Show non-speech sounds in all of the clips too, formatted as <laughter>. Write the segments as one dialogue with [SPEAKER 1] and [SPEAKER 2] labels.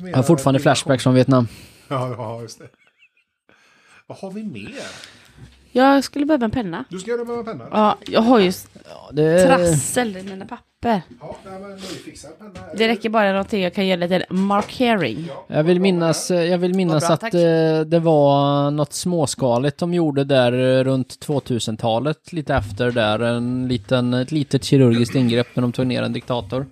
[SPEAKER 1] Jag har fortfarande flashbacks från Vietnam.
[SPEAKER 2] Ja, ja, just det. Vad har vi mer?
[SPEAKER 3] Jag skulle behöva en penna. Eh.
[SPEAKER 2] Du ska göra med en penna?
[SPEAKER 3] Ja, jag har ju s-
[SPEAKER 1] Ja, det...
[SPEAKER 3] trassel i mina papper.
[SPEAKER 2] Ja, nej, men nyfixad penna. är
[SPEAKER 3] Det räcker bara någonting jag kan göra lite markering.
[SPEAKER 1] Jag vill minnas, eh, jag vill minnas
[SPEAKER 3] bra,
[SPEAKER 1] att
[SPEAKER 3] tack.
[SPEAKER 1] eh, det var något småskaligt de gjorde där eh, runt 2000-talet, lite efter där. En liten, ett litet kirurgiskt ingrepp när de tog ner en diktator.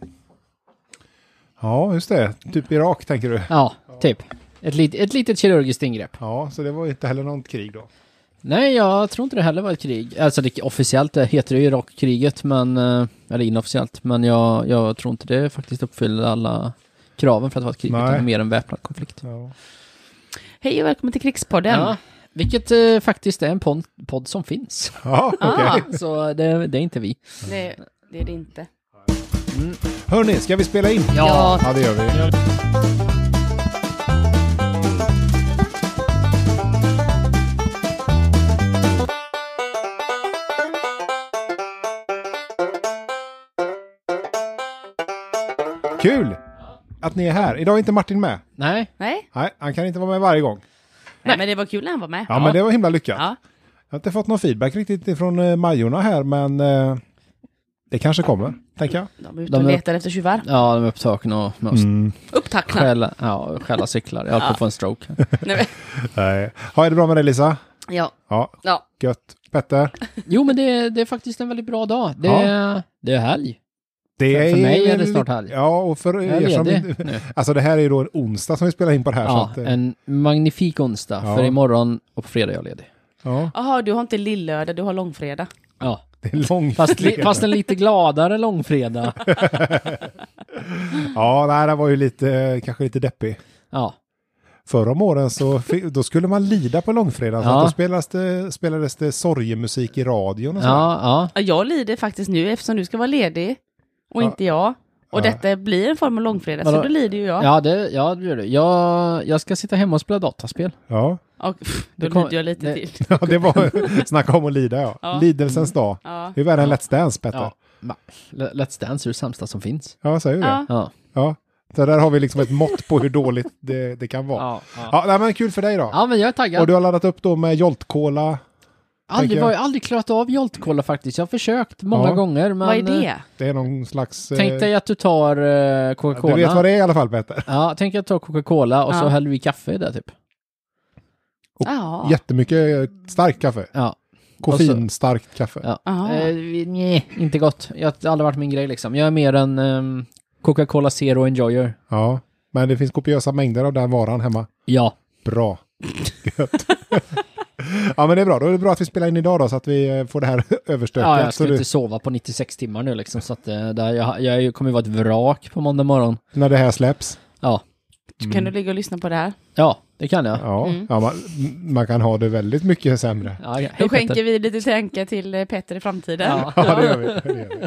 [SPEAKER 2] Ja, just det. Typ Irak tänker du.
[SPEAKER 1] Ja, typ. Ett, lit, ett litet kirurgiskt ingrepp.
[SPEAKER 2] Ja, så det var ju inte heller något krig då.
[SPEAKER 1] Nej, jag tror inte det heller var ett krig. Alltså det, officiellt det heter det ju Irakkriget, men... eh, Eller inofficiellt, men jag, jag tror inte det faktiskt uppfyllde alla kraven för att vara ett krig,
[SPEAKER 2] Nej.
[SPEAKER 1] utan det är mer en väpnad konflikt.
[SPEAKER 2] Ja.
[SPEAKER 3] Hej och välkommen till Krigspodden.
[SPEAKER 1] Ja, vilket eh, faktiskt är en pon- podd som <laughs> finns.
[SPEAKER 2] Ja, okej.
[SPEAKER 3] Ah,
[SPEAKER 1] Så det, det är inte vi.
[SPEAKER 3] det, det är det inte.
[SPEAKER 2] Hörni, ska vi spela in?
[SPEAKER 1] Ja.
[SPEAKER 2] Ja, det gör vi. Kul att ni är här. Idag är inte Martin med.
[SPEAKER 1] Nej,
[SPEAKER 3] Nej,
[SPEAKER 2] Nej, han kan inte vara med varje gång.
[SPEAKER 3] Nej, men det var kul när han var med.
[SPEAKER 2] Ja, men det var himla lyckat.
[SPEAKER 3] Ja.
[SPEAKER 2] Jag har inte fått någon feedback riktigt ifrån eh, Majorna här, men eh, det kanske kommer, tänker jag.
[SPEAKER 3] De är ute
[SPEAKER 1] De
[SPEAKER 3] och
[SPEAKER 1] är-
[SPEAKER 3] letar efter tjuvar.
[SPEAKER 1] ja, de är upptagna och
[SPEAKER 2] Mm.
[SPEAKER 1] med att
[SPEAKER 3] Upptackna.
[SPEAKER 1] stjäla, ja, stjäla cyklar. Jag höll på att få en stroke.
[SPEAKER 3] Nej, men-
[SPEAKER 2] Nej. Ha, är det bra med dig Lisa?
[SPEAKER 3] ja.
[SPEAKER 2] Ja,
[SPEAKER 3] ja.
[SPEAKER 2] gött. Petter?
[SPEAKER 1] <laughs> Jo, men det, det är faktiskt en väldigt bra dag. Det, det är helg.
[SPEAKER 2] Det
[SPEAKER 1] För- för mig är det
[SPEAKER 2] väl-
[SPEAKER 1] snart helg.
[SPEAKER 2] Ja, och för
[SPEAKER 1] Jag är
[SPEAKER 2] er som...
[SPEAKER 1] ledig
[SPEAKER 2] <laughs>
[SPEAKER 1] nu.
[SPEAKER 2] Alltså det här är ju då en onsdag som vi spelar in på det här.
[SPEAKER 1] Ja,
[SPEAKER 2] så att, eh,
[SPEAKER 1] en magnifik onsdag.
[SPEAKER 2] Ja.
[SPEAKER 1] För imorgon och på fredag är jag ledig.
[SPEAKER 2] ja,
[SPEAKER 3] Jaha, du har inte lillördag, du har långfredag.
[SPEAKER 1] Ja,
[SPEAKER 2] det är lång
[SPEAKER 1] fast, li, fast en lite gladare <laughs> långfredag.
[SPEAKER 2] Ja, nej, det var ju lite, eh, kanske lite deppig.
[SPEAKER 1] Ja,
[SPEAKER 2] Förra om åren så fi- då skulle man lida på långfredagen. för
[SPEAKER 1] Ja.
[SPEAKER 2] att Då spelades det, spelades det sorgemusik i radion och så.
[SPEAKER 1] ja, ja.
[SPEAKER 3] Ja, jag lider faktiskt nu eftersom du ska vara ledig och
[SPEAKER 2] Ja.
[SPEAKER 3] inte jag. Och
[SPEAKER 2] Ja.
[SPEAKER 3] detta blir en form av långfredag, så
[SPEAKER 1] Vadå?
[SPEAKER 3] då lider ju jag.
[SPEAKER 1] Ja, det, ja, det gör det. Jag, jag ska sitta hemma och spela dataspel.
[SPEAKER 2] Ja. <laughs>
[SPEAKER 3] Och, pff, då
[SPEAKER 1] Det kom-
[SPEAKER 3] lider jag lite
[SPEAKER 1] det-
[SPEAKER 3] till.
[SPEAKER 2] ja, det var, <laughs> snacka om att lida ja.
[SPEAKER 3] Ja.
[SPEAKER 2] Lidelsens dag.
[SPEAKER 3] Ja.
[SPEAKER 2] Det är värre än Let's Dance, Petter. Ja,
[SPEAKER 1] Ja. Va? Le- Let's Dance är det sämsta som finns.
[SPEAKER 2] jag säger du det.
[SPEAKER 3] Ja.
[SPEAKER 1] Ja.
[SPEAKER 2] Ja. Så där har vi liksom ett mått på hur dåligt det, det kan vara. Ja,
[SPEAKER 1] ja.
[SPEAKER 2] nej, men kul för dig då.
[SPEAKER 1] ja men jag är
[SPEAKER 2] Och
[SPEAKER 1] taggad.
[SPEAKER 2] du har laddat upp då med Jolt Cola.
[SPEAKER 1] Aldrig,
[SPEAKER 2] tänker jag.
[SPEAKER 1] var, jag har aldrig klarat av Joltkolla faktiskt. Jag har försökt många
[SPEAKER 2] Ja.
[SPEAKER 1] gånger. Men,
[SPEAKER 3] Vad är
[SPEAKER 1] eh,
[SPEAKER 3] det?
[SPEAKER 2] Det är någon slags... eh,
[SPEAKER 1] Tänk dig att du tar eh, Coca-Cola.
[SPEAKER 2] Du vet vad det är i alla fall, Petter.
[SPEAKER 1] Ja, tänk att du tar Coca-Cola och
[SPEAKER 3] Ja.
[SPEAKER 1] så häller du i kaffe där typ.
[SPEAKER 2] Och
[SPEAKER 3] Ja.
[SPEAKER 2] Jättemycket eh, starkt kaffe.
[SPEAKER 1] Ja.
[SPEAKER 2] Koffeinstarkt kaffe.
[SPEAKER 1] Alltså, ja.
[SPEAKER 3] Aha.
[SPEAKER 1] Eh, vi- nej, inte gott. Jag har aldrig varit min grej liksom. Jag är mer en ehm, Coca-Cola Zero Enjoyer.
[SPEAKER 2] Ja. Men det finns kopiösa mängder av den varan hemma.
[SPEAKER 1] Ja.
[SPEAKER 2] Bra.
[SPEAKER 1] <laughs>
[SPEAKER 2] Gött. ja, men det är bra. Då är det bra att vi spelar in idag då, så att vi eh, får det här <laughs> överstökat.
[SPEAKER 1] ja jag
[SPEAKER 2] så
[SPEAKER 1] ska
[SPEAKER 2] du,
[SPEAKER 1] inte sova på 96 timmar nu liksom. Så att, eh, där, jag, jag är ju- kommer ju vara ett vrak på måndag morgon.
[SPEAKER 2] När det här släpps.
[SPEAKER 1] Ja.
[SPEAKER 3] Kan du ligga och lyssna på det här?
[SPEAKER 1] Ja, det kan jag.
[SPEAKER 2] Ja, ja man, man kan ha det väldigt mycket sämre.
[SPEAKER 1] Ja, hej,
[SPEAKER 3] Då skänker
[SPEAKER 1] Petter.
[SPEAKER 3] vi lite tankar till eh, Petter i framtiden.
[SPEAKER 1] Ja.
[SPEAKER 2] <laughs> Ja, det gör vi. Det gör vi.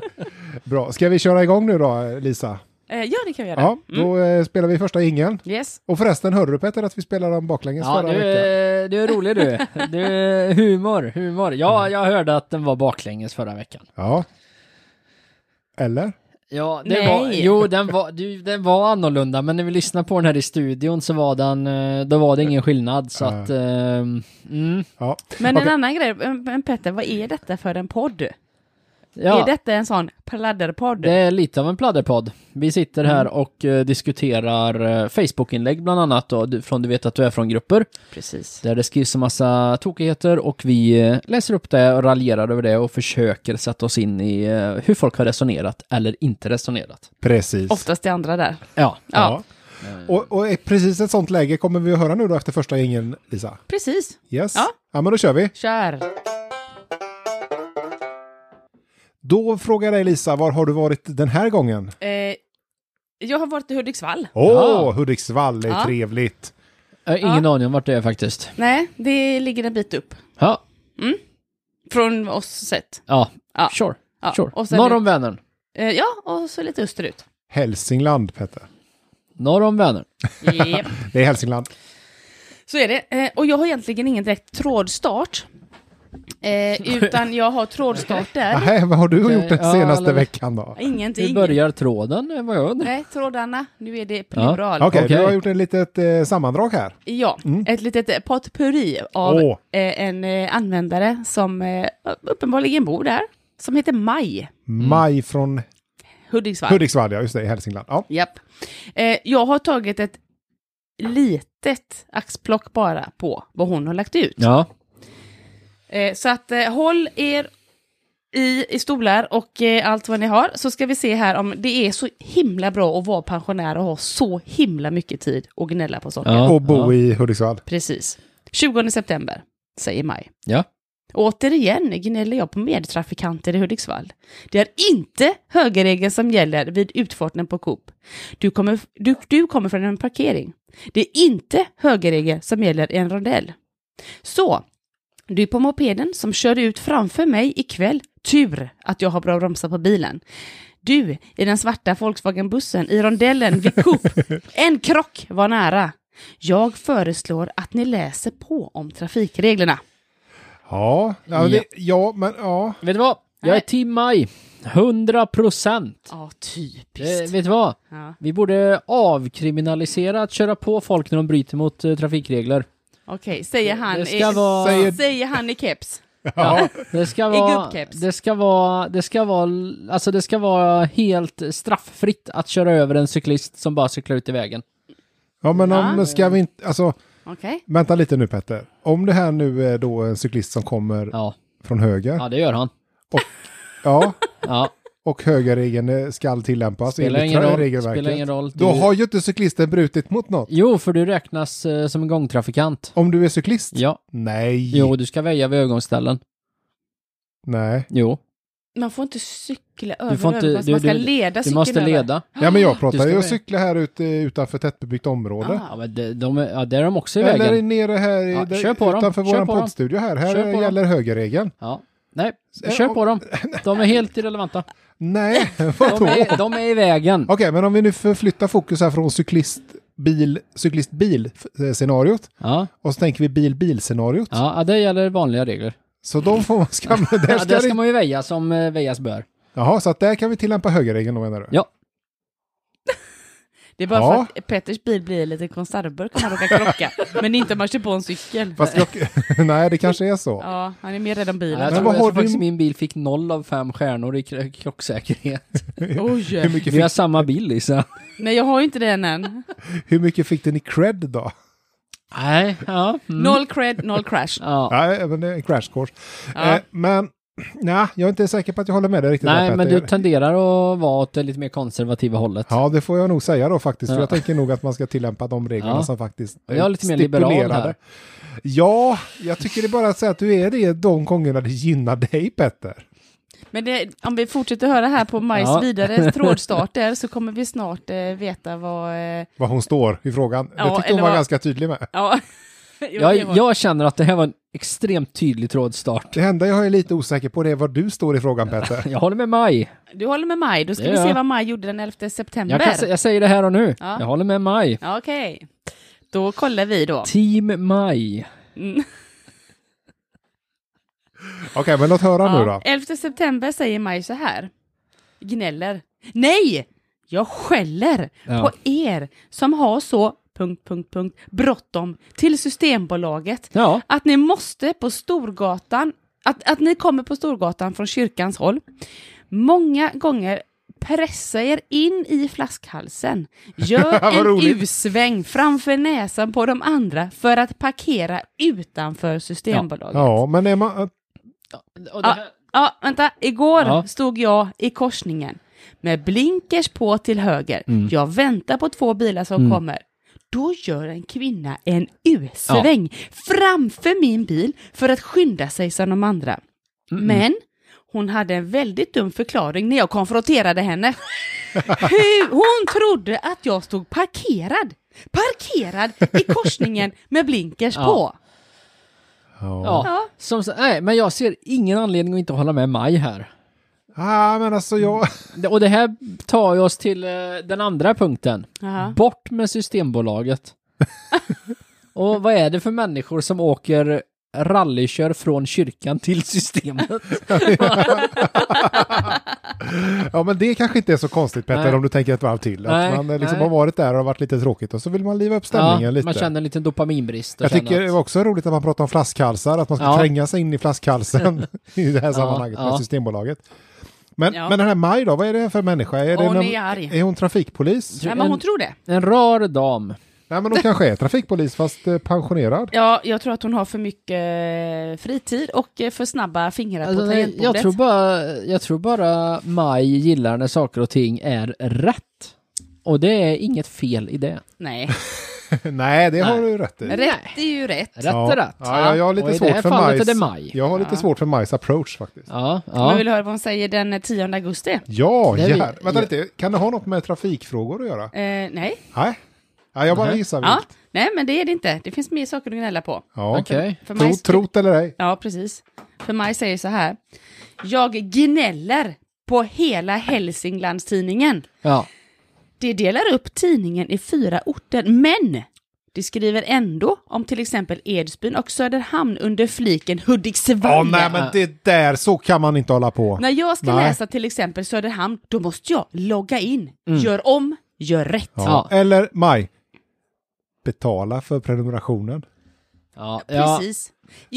[SPEAKER 2] Bra. Ska vi köra igång nu då, Lisa?
[SPEAKER 3] Eh, ja, det kan vi göra.
[SPEAKER 2] Ja,
[SPEAKER 1] Mm.
[SPEAKER 2] då eh, spelar vi första ingen.
[SPEAKER 3] Yes.
[SPEAKER 2] Och förresten, hörde du Petter att vi spelade dem baklänges
[SPEAKER 1] Ja,
[SPEAKER 2] förra
[SPEAKER 1] du,
[SPEAKER 2] veckan?
[SPEAKER 1] är- du är rolig du. du är humor, humor. Ja, jag hörde att den var baklänges förra veckan.
[SPEAKER 2] Ja. Eller?
[SPEAKER 1] Ja, det
[SPEAKER 3] Nej.
[SPEAKER 1] var, jo, den var, du, den var annorlunda, men när vi lyssnade på den här i studion så var den, eh, då var det ingen skillnad, så att, ehm, mm,
[SPEAKER 2] Ja.
[SPEAKER 3] Men
[SPEAKER 2] Okej.
[SPEAKER 3] en annan grej, men men Petter, vad är detta för en podd? Är
[SPEAKER 1] ja, det...
[SPEAKER 3] detta en sån pladderpodd?
[SPEAKER 1] är lite av en pladderpodd. Vi sitter här och eh, diskuterar eh, Facebook-inlägg bland annat då, du, från Du vet att du är från grupper,
[SPEAKER 3] Precis.
[SPEAKER 1] där det skrivs en massa tokigheter och vi eh, läser upp det och raljerar över det och försöker sätta oss in i eh, hur folk har resonerat eller inte resonerat.
[SPEAKER 2] Precis.
[SPEAKER 3] Oftast det andra där.
[SPEAKER 1] Ja,
[SPEAKER 2] Ja. Och, och i precis ett sånt läge kommer vi att höra nu då efter första ingen, Lisa.
[SPEAKER 3] Precis.
[SPEAKER 2] Yes.
[SPEAKER 3] Ja.
[SPEAKER 2] ja, men då kör vi.
[SPEAKER 3] Kör.
[SPEAKER 2] Då frågar jag dig Lisa, var har du varit den här gången?
[SPEAKER 3] Eh, jag har varit i Hudiksvall.
[SPEAKER 2] Åh,
[SPEAKER 1] Ja.
[SPEAKER 2] Hudiksvall det är
[SPEAKER 3] Ja.
[SPEAKER 2] trevligt.
[SPEAKER 1] jag har ingen aning om vart det är faktiskt.
[SPEAKER 3] Nej, det ligger en bit upp.
[SPEAKER 1] Ja,
[SPEAKER 3] Från oss sett.
[SPEAKER 1] Ja,
[SPEAKER 3] Ja.
[SPEAKER 1] sure.
[SPEAKER 3] Ja,
[SPEAKER 1] sure.
[SPEAKER 3] och sen-
[SPEAKER 1] Norr om Vänern.
[SPEAKER 3] Eh, ja, och så lite österut.
[SPEAKER 2] Hälsingland, Petter.
[SPEAKER 1] Norr om Vänern.
[SPEAKER 3] Japp.
[SPEAKER 2] Det är Hälsingland.
[SPEAKER 3] Så är det. Eh, och jag har egentligen ingen direkt trådstart. Eh, utan jag har trådstarter.
[SPEAKER 2] Nej, vad har du
[SPEAKER 1] Okej,
[SPEAKER 2] gjort den
[SPEAKER 1] ja,
[SPEAKER 2] senaste
[SPEAKER 1] eller-
[SPEAKER 2] veckan då?
[SPEAKER 1] Hur
[SPEAKER 3] Ingenting.
[SPEAKER 1] börjar tråden? eh, Vad jag undrar.
[SPEAKER 3] Nej, trådarna. Nu är det
[SPEAKER 1] Ja.
[SPEAKER 3] plural.
[SPEAKER 2] Okej,
[SPEAKER 1] Okej. Mm.
[SPEAKER 2] du har gjort ett litet eh, sammandrag här.
[SPEAKER 3] Ja, ett litet eh, potpurri av
[SPEAKER 2] Åh.
[SPEAKER 3] eh, en eh, användare som eh, uppenbarligen bor där, som heter Maj
[SPEAKER 1] Mm.
[SPEAKER 2] Maj från
[SPEAKER 3] Hudiksvall.
[SPEAKER 2] Hudiksvall, ja just det, i Hälsingland. Ja.
[SPEAKER 3] Japp. Eh, jag har tagit ett litet axplock bara på vad hon har lagt ut.
[SPEAKER 1] Ja.
[SPEAKER 3] Eh, så att eh, håll er i, i stolar och eh, allt vad ni har, så ska vi se här om det är så himla bra att vara pensionär och ha så himla mycket tid och gnälla på saker.
[SPEAKER 1] ja.
[SPEAKER 2] Och bo
[SPEAKER 1] ja.
[SPEAKER 2] i Hudiksvall.
[SPEAKER 3] Precis. 20 september, säger Maj.
[SPEAKER 1] Ja.
[SPEAKER 3] Och återigen gnäller jag på medtrafikanter i Hudiksvall. Det är inte högerregeln som gäller vid utfarten på Coop. Du kommer, du, du kommer från en parkering. Det är inte högerregeln som gäller i en rondell. Så, du på mopeden som kör ut framför mig ikväll, tur att jag har bra bromsar på bilen. Du i den svarta Volkswagen-bussen i rondellen vid Coop, en krock var nära. Jag föreslår att ni läser på om trafikreglerna.
[SPEAKER 2] Ja, ja,
[SPEAKER 1] Ja.
[SPEAKER 2] det, ja men ja.
[SPEAKER 1] Vet du vad? Jag är
[SPEAKER 3] Nej.
[SPEAKER 1] team Maj. 100 procent.
[SPEAKER 3] Ja,
[SPEAKER 1] Eh,
[SPEAKER 3] typiskt.
[SPEAKER 1] vet du vad?
[SPEAKER 3] Ja,
[SPEAKER 1] Vi borde avkriminalisera att köra på folk när de bryter mot eh, trafikregler.
[SPEAKER 3] Okej, säger han
[SPEAKER 1] Det ska
[SPEAKER 3] i,
[SPEAKER 1] vara-
[SPEAKER 2] Säger-
[SPEAKER 3] säger han i keps.
[SPEAKER 1] Ja. Det ska vara...
[SPEAKER 3] gubbkeps.
[SPEAKER 1] Det ska vara... Det ska vara... Alltså det ska vara helt strafffritt att köra över en cyklist som bara cyklar ut i vägen.
[SPEAKER 2] Ja, men
[SPEAKER 3] Ja.
[SPEAKER 2] om ska vi inte, alltså,
[SPEAKER 3] Okej.
[SPEAKER 2] vänta lite nu Petter. Om det här nu är då en cyklist som kommer
[SPEAKER 1] Ja,
[SPEAKER 2] från höger,
[SPEAKER 1] ja det gör han.
[SPEAKER 2] ja, <laughs>
[SPEAKER 1] Ja,
[SPEAKER 2] och högerregeln eh, ska tillämpas
[SPEAKER 1] spelar
[SPEAKER 2] enligt
[SPEAKER 1] ingen roll.
[SPEAKER 2] regelverket.
[SPEAKER 1] Spelar ingen roll. Du...
[SPEAKER 2] Då har ju inte cyklisten brutit mot något.
[SPEAKER 1] Jo, för du räknas eh, som en gångtrafikant.
[SPEAKER 2] Om du är cyklist?
[SPEAKER 1] Ja.
[SPEAKER 2] Nej.
[SPEAKER 1] Jo, du ska väja vid övergångsställen.
[SPEAKER 2] Nej.
[SPEAKER 1] Jo.
[SPEAKER 3] Man får inte cykla över
[SPEAKER 1] får inte-
[SPEAKER 3] övergångs-
[SPEAKER 1] du-
[SPEAKER 3] man ska
[SPEAKER 1] du-
[SPEAKER 3] leda
[SPEAKER 1] Du
[SPEAKER 3] cykeln
[SPEAKER 1] måste
[SPEAKER 3] över.
[SPEAKER 1] leda.
[SPEAKER 2] Ja, men jag
[SPEAKER 1] Du
[SPEAKER 2] pratar
[SPEAKER 1] ska
[SPEAKER 2] ju om
[SPEAKER 1] med.
[SPEAKER 2] cykla här ute utanför tättbebyggt område.
[SPEAKER 1] Ja,
[SPEAKER 3] Ah,
[SPEAKER 1] men de, de, är- ja, där är de också i
[SPEAKER 2] Eller
[SPEAKER 1] vägen.
[SPEAKER 2] nere här i,
[SPEAKER 1] Ja,
[SPEAKER 2] där,
[SPEAKER 1] kör på dem.
[SPEAKER 2] utanför
[SPEAKER 1] Kör
[SPEAKER 2] våran
[SPEAKER 1] på dem.
[SPEAKER 2] poddstudio här.
[SPEAKER 1] Kör
[SPEAKER 2] Här
[SPEAKER 1] på
[SPEAKER 2] gäller högerregeln.
[SPEAKER 1] Ja. Nej,
[SPEAKER 2] Eh,
[SPEAKER 1] kör
[SPEAKER 2] och- <laughs>
[SPEAKER 1] på dem. De är helt irrelevanta.
[SPEAKER 2] Nej, <laughs>
[SPEAKER 1] De
[SPEAKER 2] vadå? Okej,
[SPEAKER 1] är, de är i vägen.
[SPEAKER 2] men om vi nu förflyttar fokus här från cyklist bil, cyklist bil scenariot
[SPEAKER 1] Ja,
[SPEAKER 2] och så tänker vi bil bil scenariot.
[SPEAKER 1] ja ja, det gäller vanliga regler.
[SPEAKER 2] Så de får man
[SPEAKER 1] <laughs>
[SPEAKER 2] skamma. Där
[SPEAKER 1] Ja,
[SPEAKER 2] ska
[SPEAKER 1] där ska
[SPEAKER 2] det...
[SPEAKER 1] man ju väja som eh, väjas bör.
[SPEAKER 2] Jaha, så att där kan vi tillämpa högerregeln då menar du?
[SPEAKER 1] Ja.
[SPEAKER 3] Det är bara
[SPEAKER 2] Ja.
[SPEAKER 3] för att Petters bil blir en liten konservburk om han råkar krocka. men inte om man kör på en cykel.
[SPEAKER 2] Fast jag... <laughs> Nej, det kanske är så.
[SPEAKER 3] Ja, han är mer rädd om bilen.
[SPEAKER 1] Ja, jag
[SPEAKER 2] Men
[SPEAKER 1] tror,
[SPEAKER 2] vad
[SPEAKER 1] jag
[SPEAKER 2] har
[SPEAKER 1] tror
[SPEAKER 2] du-
[SPEAKER 1] faktiskt min bil fick noll av fem stjärnor i kro- krocksäkerhet.
[SPEAKER 3] Oj,
[SPEAKER 2] Hur, mycket
[SPEAKER 1] Vi
[SPEAKER 2] fick...
[SPEAKER 1] har samma bil, Lisa.
[SPEAKER 3] nej jag har ju inte den
[SPEAKER 1] Mm.
[SPEAKER 3] än.
[SPEAKER 2] Hur mycket fick den i cred då?
[SPEAKER 1] Nej, ja. Mm.
[SPEAKER 3] Noll cred, noll crash.
[SPEAKER 1] Ja.
[SPEAKER 2] Nej, men det är en crash course.
[SPEAKER 3] Ja.
[SPEAKER 2] Eh, men nej, jag är inte säker på att jag håller med dig riktigt. där,
[SPEAKER 1] Nej, men
[SPEAKER 2] Petter.
[SPEAKER 1] du tenderar att vara åt det lite mer konservativa hållet.
[SPEAKER 2] Ja, det får jag nog säga då faktiskt. För
[SPEAKER 1] Ja.
[SPEAKER 2] jag tänker nog att man ska tillämpa de reglerna
[SPEAKER 1] Ja.
[SPEAKER 2] som faktiskt eh,
[SPEAKER 1] Och jag är lite mer liberal
[SPEAKER 2] stipulerade.
[SPEAKER 1] här.
[SPEAKER 2] Ja, jag tycker det är bara att säga att du är det de gångerna det gynnar dig Petter.
[SPEAKER 3] Men det, om vi fortsätter höra här på Majs
[SPEAKER 1] Ja.
[SPEAKER 3] vidare trådstarter så kommer vi snart eh, veta vad... Eh,
[SPEAKER 2] Vad hon står i frågan.
[SPEAKER 3] Ja,
[SPEAKER 2] det tyckte hon
[SPEAKER 3] eller
[SPEAKER 2] var
[SPEAKER 3] vad-
[SPEAKER 2] ganska tydlig med.
[SPEAKER 3] ja. <laughs> Jo,
[SPEAKER 1] Jag,
[SPEAKER 3] det var-
[SPEAKER 1] jag känner att det här var en extremt tydlig trådstart.
[SPEAKER 2] Det enda jag är lite osäker på det är vad du står i frågan
[SPEAKER 1] <laughs>
[SPEAKER 2] Petter.
[SPEAKER 1] Jag håller med Maj.
[SPEAKER 3] Du håller med Maj, då ska
[SPEAKER 1] Det
[SPEAKER 3] vi
[SPEAKER 1] gör
[SPEAKER 3] se
[SPEAKER 1] jag.
[SPEAKER 3] vad Maj gjorde den 11 september.
[SPEAKER 1] Jag, kan, sä- jag säger det här och nu.
[SPEAKER 3] Ja.
[SPEAKER 1] Jag håller med Maj.
[SPEAKER 3] Ja, Okej, då kollar vi då.
[SPEAKER 1] Team Maj.
[SPEAKER 3] Mm.
[SPEAKER 2] Okej, men låt höra nu då.
[SPEAKER 3] Ja, 11 september säger Maj så här. Gnäller. Nej! Jag skäller
[SPEAKER 1] Ja.
[SPEAKER 3] på er som har så punkt, punkt, punkt, bråttom till Systembolaget
[SPEAKER 1] Ja,
[SPEAKER 3] att ni måste på Storgatan, att, att ni kommer på Storgatan från kyrkans håll. Många gånger pressa er in i flaskhalsen.
[SPEAKER 2] <laughs>
[SPEAKER 3] Gör
[SPEAKER 2] Vad
[SPEAKER 3] en
[SPEAKER 2] roligt.
[SPEAKER 3] U-sväng framför näsan på de andra för att parkera utanför Systembolaget. Ja,
[SPEAKER 2] Ja, men eh, är man...
[SPEAKER 1] och det här,
[SPEAKER 3] vänta. Igår
[SPEAKER 1] Ja.
[SPEAKER 3] stod jag i korsningen med blinkers på till höger.
[SPEAKER 1] Mm.
[SPEAKER 3] Jag väntar på två bilar som kommer. Då gör en kvinna en U-sväng framför min bil för att skynda sig som de andra. Men hon hade en väldigt dum förklaring när jag konfronterade henne. <laughs> Hur- Hon trodde att jag stod parkerad. Parkerad i korsningen med blinkers
[SPEAKER 1] Ja.
[SPEAKER 3] på.
[SPEAKER 2] Ja.
[SPEAKER 1] ja.
[SPEAKER 3] Ja.
[SPEAKER 1] Som, sa- nej, men jag ser ingen anledning att inte hålla med Maj här.
[SPEAKER 2] Ah, men alltså jag... <laughs>
[SPEAKER 1] Det- Och det här tar ju oss till eh, den andra punkten.
[SPEAKER 3] Jaha.
[SPEAKER 2] <laughs>
[SPEAKER 1] Bort med Systembolaget. och vad är det för människor som åker rallykör från kyrkan till systemet.
[SPEAKER 2] Ja, men det kanske inte är så konstigt Petter
[SPEAKER 1] Nej.
[SPEAKER 2] om du tänker ett varv till. Att
[SPEAKER 1] Nej,
[SPEAKER 2] man eh, liksom
[SPEAKER 1] nej.
[SPEAKER 2] har varit där och har varit lite tråkigt och så vill man liva upp <laughs> stämningen
[SPEAKER 1] ja,
[SPEAKER 2] lite.
[SPEAKER 1] Man känner en liten dopaminbrist. och
[SPEAKER 2] Jag
[SPEAKER 1] känner
[SPEAKER 2] tycker
[SPEAKER 1] att-
[SPEAKER 2] det var också roligt att man pratar om flaskhalsar, att man ska
[SPEAKER 1] Ja.
[SPEAKER 2] tränga sig in i
[SPEAKER 1] <laughs>
[SPEAKER 2] flaskhalsen i det här sammanhanget med
[SPEAKER 1] ja.
[SPEAKER 2] Systembolaget. Men,
[SPEAKER 3] Ja.
[SPEAKER 2] men den här Maj då, vad är det för människa? Är, det
[SPEAKER 3] Åh,
[SPEAKER 2] någon,
[SPEAKER 3] ni är arg.
[SPEAKER 2] är hon trafikpolis?
[SPEAKER 3] Nej, men hon tror det.
[SPEAKER 1] En rar dam.
[SPEAKER 2] Nej men hon kanske är trafikpolis fast eh, pensionerad.
[SPEAKER 1] <laughs>
[SPEAKER 3] Ja, jag tror att hon har för mycket eh, fritid och eh, för snabba fingrar
[SPEAKER 1] Alltså,
[SPEAKER 3] på
[SPEAKER 1] nej,
[SPEAKER 3] tangentbordet.
[SPEAKER 1] jag, tror bara, jag tror bara Maj gillar när saker och ting är rätt. Och det är inget fel i det.
[SPEAKER 3] Nej,
[SPEAKER 2] Nej det har
[SPEAKER 1] Nej.
[SPEAKER 2] du rätt i.
[SPEAKER 3] rätt är ju rätt.
[SPEAKER 1] Rätt
[SPEAKER 2] Ja.
[SPEAKER 1] är rätt.
[SPEAKER 2] Ja, jag, jag har lite
[SPEAKER 1] och i det
[SPEAKER 2] svårt
[SPEAKER 1] här
[SPEAKER 2] för
[SPEAKER 1] fallet är
[SPEAKER 2] Majs.
[SPEAKER 1] det Maj.
[SPEAKER 2] Jag har lite
[SPEAKER 3] Ja.
[SPEAKER 2] svårt för Majs approach faktiskt.
[SPEAKER 1] Ja,
[SPEAKER 3] Man
[SPEAKER 1] ja.
[SPEAKER 3] vill höra vad hon säger den eh, 10 augusti.
[SPEAKER 2] Ja,
[SPEAKER 1] Det är vi-
[SPEAKER 2] jävlar. Vänta
[SPEAKER 1] ja.
[SPEAKER 2] lite, kan det ha något med trafikfrågor att göra?
[SPEAKER 3] Eh, nej.
[SPEAKER 2] Nej, ja, jag bara
[SPEAKER 1] Nej.
[SPEAKER 2] gissar
[SPEAKER 3] Ja,
[SPEAKER 2] vilt.
[SPEAKER 3] nej, men det är det inte. Det finns mer saker att gnälla på.
[SPEAKER 2] Ja.
[SPEAKER 1] Okej.
[SPEAKER 3] För
[SPEAKER 2] Tro,
[SPEAKER 3] mig,
[SPEAKER 2] trot eller ej.
[SPEAKER 3] Ja, precis. För mig säger så här. Jag gnäller på hela Hälsinglandstidningen.
[SPEAKER 1] Ja.
[SPEAKER 3] Det delar upp tidningen i fyra orter, men det skriver ändå om till exempel Edsbyn och Söderhamn under fliken Hudiksvall.
[SPEAKER 2] Ja, nej men det där, så kan man inte hålla på.
[SPEAKER 3] När jag ska
[SPEAKER 2] Nej.
[SPEAKER 3] läsa till exempel Söderhamn, då måste jag logga in. Gör om, gör rätt.
[SPEAKER 2] Ja. Eller Maj, betala för prenumerationen.
[SPEAKER 1] Ja, ja.
[SPEAKER 3] Precis.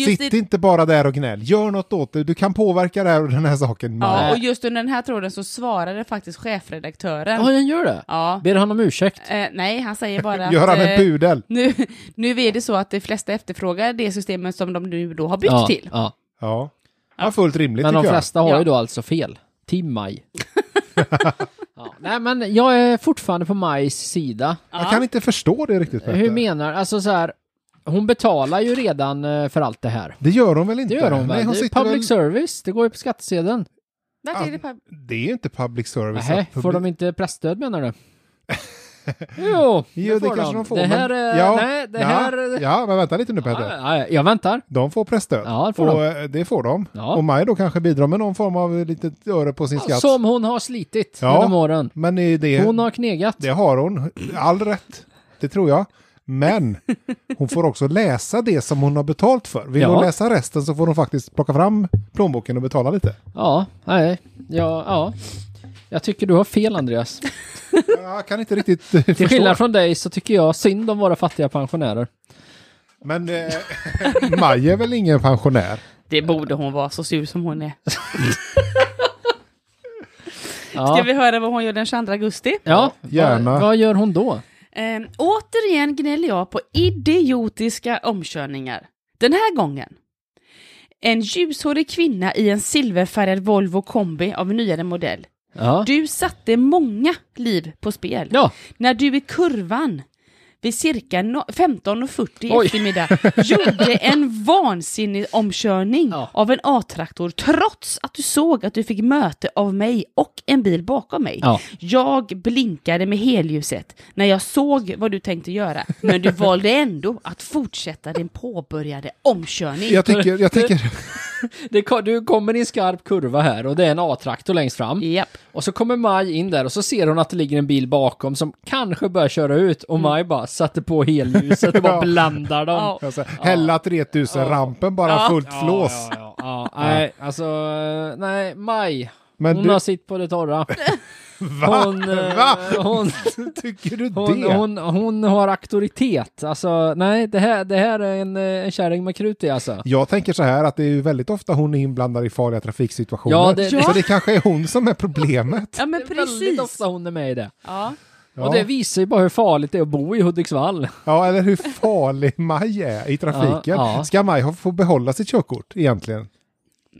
[SPEAKER 2] Sitt inte bara där och gnäll, gör något åt det. Du kan påverka det här och den här saken. Maj.
[SPEAKER 3] ja, och just under den här tråden så svarade faktiskt chefredaktören.
[SPEAKER 1] Ja, den gör det.
[SPEAKER 3] Ja.
[SPEAKER 1] Ber han om ursäkt?
[SPEAKER 3] Eh, nej, han
[SPEAKER 2] <laughs>
[SPEAKER 3] säger bara att...
[SPEAKER 2] Gör han en
[SPEAKER 3] eh,
[SPEAKER 2] pudel?
[SPEAKER 3] Nu, nu är det så att de flesta efterfrågar det systemet som de nu då har bytt
[SPEAKER 1] ja,
[SPEAKER 3] till.
[SPEAKER 1] Ja.
[SPEAKER 2] Ja. ja, fullt rimligt
[SPEAKER 1] Men de
[SPEAKER 2] tycker jag.
[SPEAKER 1] flesta har
[SPEAKER 3] Ja.
[SPEAKER 1] ju då alltså fel.
[SPEAKER 2] <laughs>
[SPEAKER 1] Team Maj. ja. Nej, men jag är fortfarande på Majs sida.
[SPEAKER 2] Jag kan inte förstå det riktigt Petter.
[SPEAKER 1] Hur menar, alltså så här, hon betalar ju redan eh, för allt det här.
[SPEAKER 2] Det gör hon väl inte?
[SPEAKER 1] Det gör hon
[SPEAKER 2] Nej,
[SPEAKER 1] väl?
[SPEAKER 2] hon
[SPEAKER 1] det är ju
[SPEAKER 2] sitter
[SPEAKER 1] public
[SPEAKER 2] väl...
[SPEAKER 1] service, det går ju på skattsedeln.
[SPEAKER 3] Vart är det pub-
[SPEAKER 2] Det är inte public service.
[SPEAKER 1] Nähä,
[SPEAKER 2] att public-
[SPEAKER 1] får de inte pressstöd
[SPEAKER 2] <laughs>
[SPEAKER 1] menar du? jo,
[SPEAKER 2] Jo, det, kanske de, får.
[SPEAKER 1] Det
[SPEAKER 2] men-
[SPEAKER 1] här, eh,
[SPEAKER 2] ja,
[SPEAKER 1] nej, det
[SPEAKER 2] ja,
[SPEAKER 1] här... Ja,
[SPEAKER 2] Ja, men vänta lite nu Petter.
[SPEAKER 1] ja, jag väntar.
[SPEAKER 2] De får pressstöd.
[SPEAKER 1] Ja, det får
[SPEAKER 2] och
[SPEAKER 1] de.
[SPEAKER 2] eh, det får de.
[SPEAKER 1] Ja.
[SPEAKER 2] Och Maj då kanske bidrar med någon form av litet öre på sin skatt.
[SPEAKER 1] Som hon har slitit
[SPEAKER 2] Ja.
[SPEAKER 1] genom åren.
[SPEAKER 2] Men är det,
[SPEAKER 1] Hon har knegat.
[SPEAKER 2] det har hon all rätt. Det tror jag. Men hon får också läsa det som hon har betalt för. Vill
[SPEAKER 1] Ja.
[SPEAKER 2] hon läsa resten så får hon faktiskt plocka fram plånboken och betala lite.
[SPEAKER 1] Ja, nej, ja, ja. Jag tycker du har fel Andreas.
[SPEAKER 2] Jag kan inte riktigt <laughs> eh,
[SPEAKER 1] Till
[SPEAKER 2] förstå.
[SPEAKER 1] skillnad från dig så tycker jag synd om våra fattiga pensionärer.
[SPEAKER 2] Men eh, Maj är väl ingen pensionär?
[SPEAKER 3] Det borde hon vara, så sur som hon är. Ska
[SPEAKER 1] Ja,
[SPEAKER 3] vi höra vad hon gör den 22 augusti?
[SPEAKER 1] ja.
[SPEAKER 2] Gärna.
[SPEAKER 1] Vad, vad gör hon då?
[SPEAKER 3] Eh, återigen gnäller jag på idiotiska omkörningar. Den här gången. En ljushårig kvinna i en silverfärgad Volvo kombi av nyare modell.
[SPEAKER 1] Ja.
[SPEAKER 3] Du satte många liv på spel.
[SPEAKER 1] Ja,
[SPEAKER 3] när du i kurvan vid cirka no- 15.40 i
[SPEAKER 1] Oj.
[SPEAKER 3] eftermiddag gjorde en vansinnig omkörning
[SPEAKER 1] Ja.
[SPEAKER 3] av en A-traktor trots att du såg att du fick möte av mig och en bil bakom mig.
[SPEAKER 1] Ja.
[SPEAKER 3] Jag blinkade med helljuset när jag såg vad du tänkte göra, men du valde ändå att fortsätta din påbörjade omkörning.
[SPEAKER 2] Jag tycker, jag tycker,
[SPEAKER 1] det, ko- du kommer i en skarp kurva här och det är en A-traktor längst fram.
[SPEAKER 3] Japp.
[SPEAKER 1] Och så kommer Maj in där och så ser hon att det ligger en bil bakom som kanske börjar köra ut och Maj bara satte på
[SPEAKER 2] <laughs>
[SPEAKER 1] helljuset och bara blandar dem.
[SPEAKER 3] Ja.
[SPEAKER 2] alltså, hälla 3000-rampen bara fullt flås.
[SPEAKER 1] ja, ja. Nej, alltså, eh, nej, Maj.
[SPEAKER 2] Men
[SPEAKER 1] hon
[SPEAKER 2] du-
[SPEAKER 1] har sitt på det torra. <laughs> Hon, eh,
[SPEAKER 2] Va?
[SPEAKER 1] hon,
[SPEAKER 2] <laughs> Tycker du
[SPEAKER 1] hon,
[SPEAKER 2] det?
[SPEAKER 1] hon, hon har auktoritet. Alltså, nej, det här, det här är en, eh, en kärring med krut i alltså.
[SPEAKER 2] Jag tänker så här att det är ju väldigt ofta hon är inblandad i farliga trafiksituationer.
[SPEAKER 1] Ja, det-
[SPEAKER 2] Så det kanske är hon som är problemet.
[SPEAKER 3] Ja, men
[SPEAKER 1] Det är Väldigt
[SPEAKER 3] precis.
[SPEAKER 1] ofta hon är med i det.
[SPEAKER 3] Ja.
[SPEAKER 1] Och det visar ju bara hur farligt det är att bo i Hudiksvall.
[SPEAKER 2] Ja, eller hur farlig Maj är i trafiken.
[SPEAKER 1] Ja, ja.
[SPEAKER 2] Ska Maj ha- få behålla sitt körkort egentligen?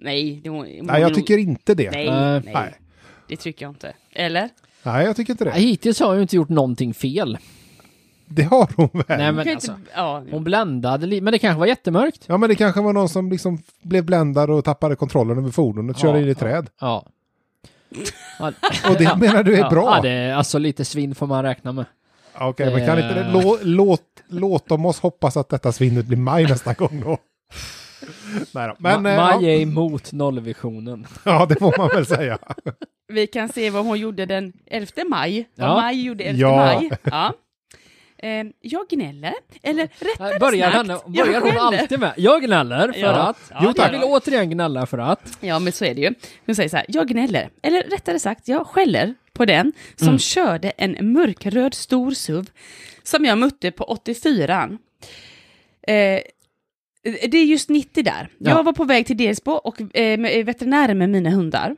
[SPEAKER 3] Nej, det, hon,
[SPEAKER 2] Nej, jag tycker inte det.
[SPEAKER 3] nej,
[SPEAKER 1] Eh,
[SPEAKER 3] nej,
[SPEAKER 2] nej.
[SPEAKER 3] det tycker jag inte. Eller?
[SPEAKER 2] Nej, jag tycker inte det.
[SPEAKER 1] Hittills har hon ju inte gjort någonting fel.
[SPEAKER 2] Det har hon väl?
[SPEAKER 1] Nej, men
[SPEAKER 3] Kan
[SPEAKER 1] alltså,
[SPEAKER 3] inte, ja.
[SPEAKER 1] hon bländade lite, men det kanske var jättemörkt.
[SPEAKER 2] Ja, men det kanske var någon som liksom blev bländad och tappade kontrollen över fordonet och körde
[SPEAKER 1] Ja,
[SPEAKER 2] in i träd.
[SPEAKER 1] Ja. Ja,
[SPEAKER 2] Och det menar du är
[SPEAKER 1] ja,
[SPEAKER 2] bra?
[SPEAKER 1] Ja, det är alltså lite svinn får man räkna med.
[SPEAKER 2] Okej, men kan inte
[SPEAKER 1] Eh.
[SPEAKER 2] det... Lå, låt, låt om oss hoppas att detta svinnet blir Maj nästa gång då. Nej då. Men,
[SPEAKER 1] Ma-
[SPEAKER 2] eh,
[SPEAKER 1] Maj
[SPEAKER 2] ja,
[SPEAKER 1] är emot nollvisionen.
[SPEAKER 2] ja, det får man väl säga.
[SPEAKER 3] Vi kan se vad hon gjorde den 11 maj. Vad
[SPEAKER 1] Ja.
[SPEAKER 3] maj gjorde 11
[SPEAKER 2] Ja.
[SPEAKER 3] maj. Ja. Eh, jag gnäller, eller rättare
[SPEAKER 1] Här Börjar,
[SPEAKER 3] sagt,
[SPEAKER 1] han, börjar
[SPEAKER 3] jag
[SPEAKER 1] hon
[SPEAKER 3] skäller.
[SPEAKER 1] alltid med? Jag gnäller för
[SPEAKER 3] Ja.
[SPEAKER 1] att...
[SPEAKER 3] Ja, det
[SPEAKER 1] jag
[SPEAKER 3] gör
[SPEAKER 1] vill
[SPEAKER 3] hon.
[SPEAKER 1] återigen gnälla för att...
[SPEAKER 3] Ja, men så är det ju. Hon säger så här, jag gnäller, eller rättare sagt, jag skäller på den som
[SPEAKER 1] Mm.
[SPEAKER 3] körde en mörkröd stor SUV som jag mötte på 84. Eh, det är just 90 där.
[SPEAKER 1] Ja.
[SPEAKER 3] Jag var på väg till Delsbo och eh, med- veterinären med mina hundar.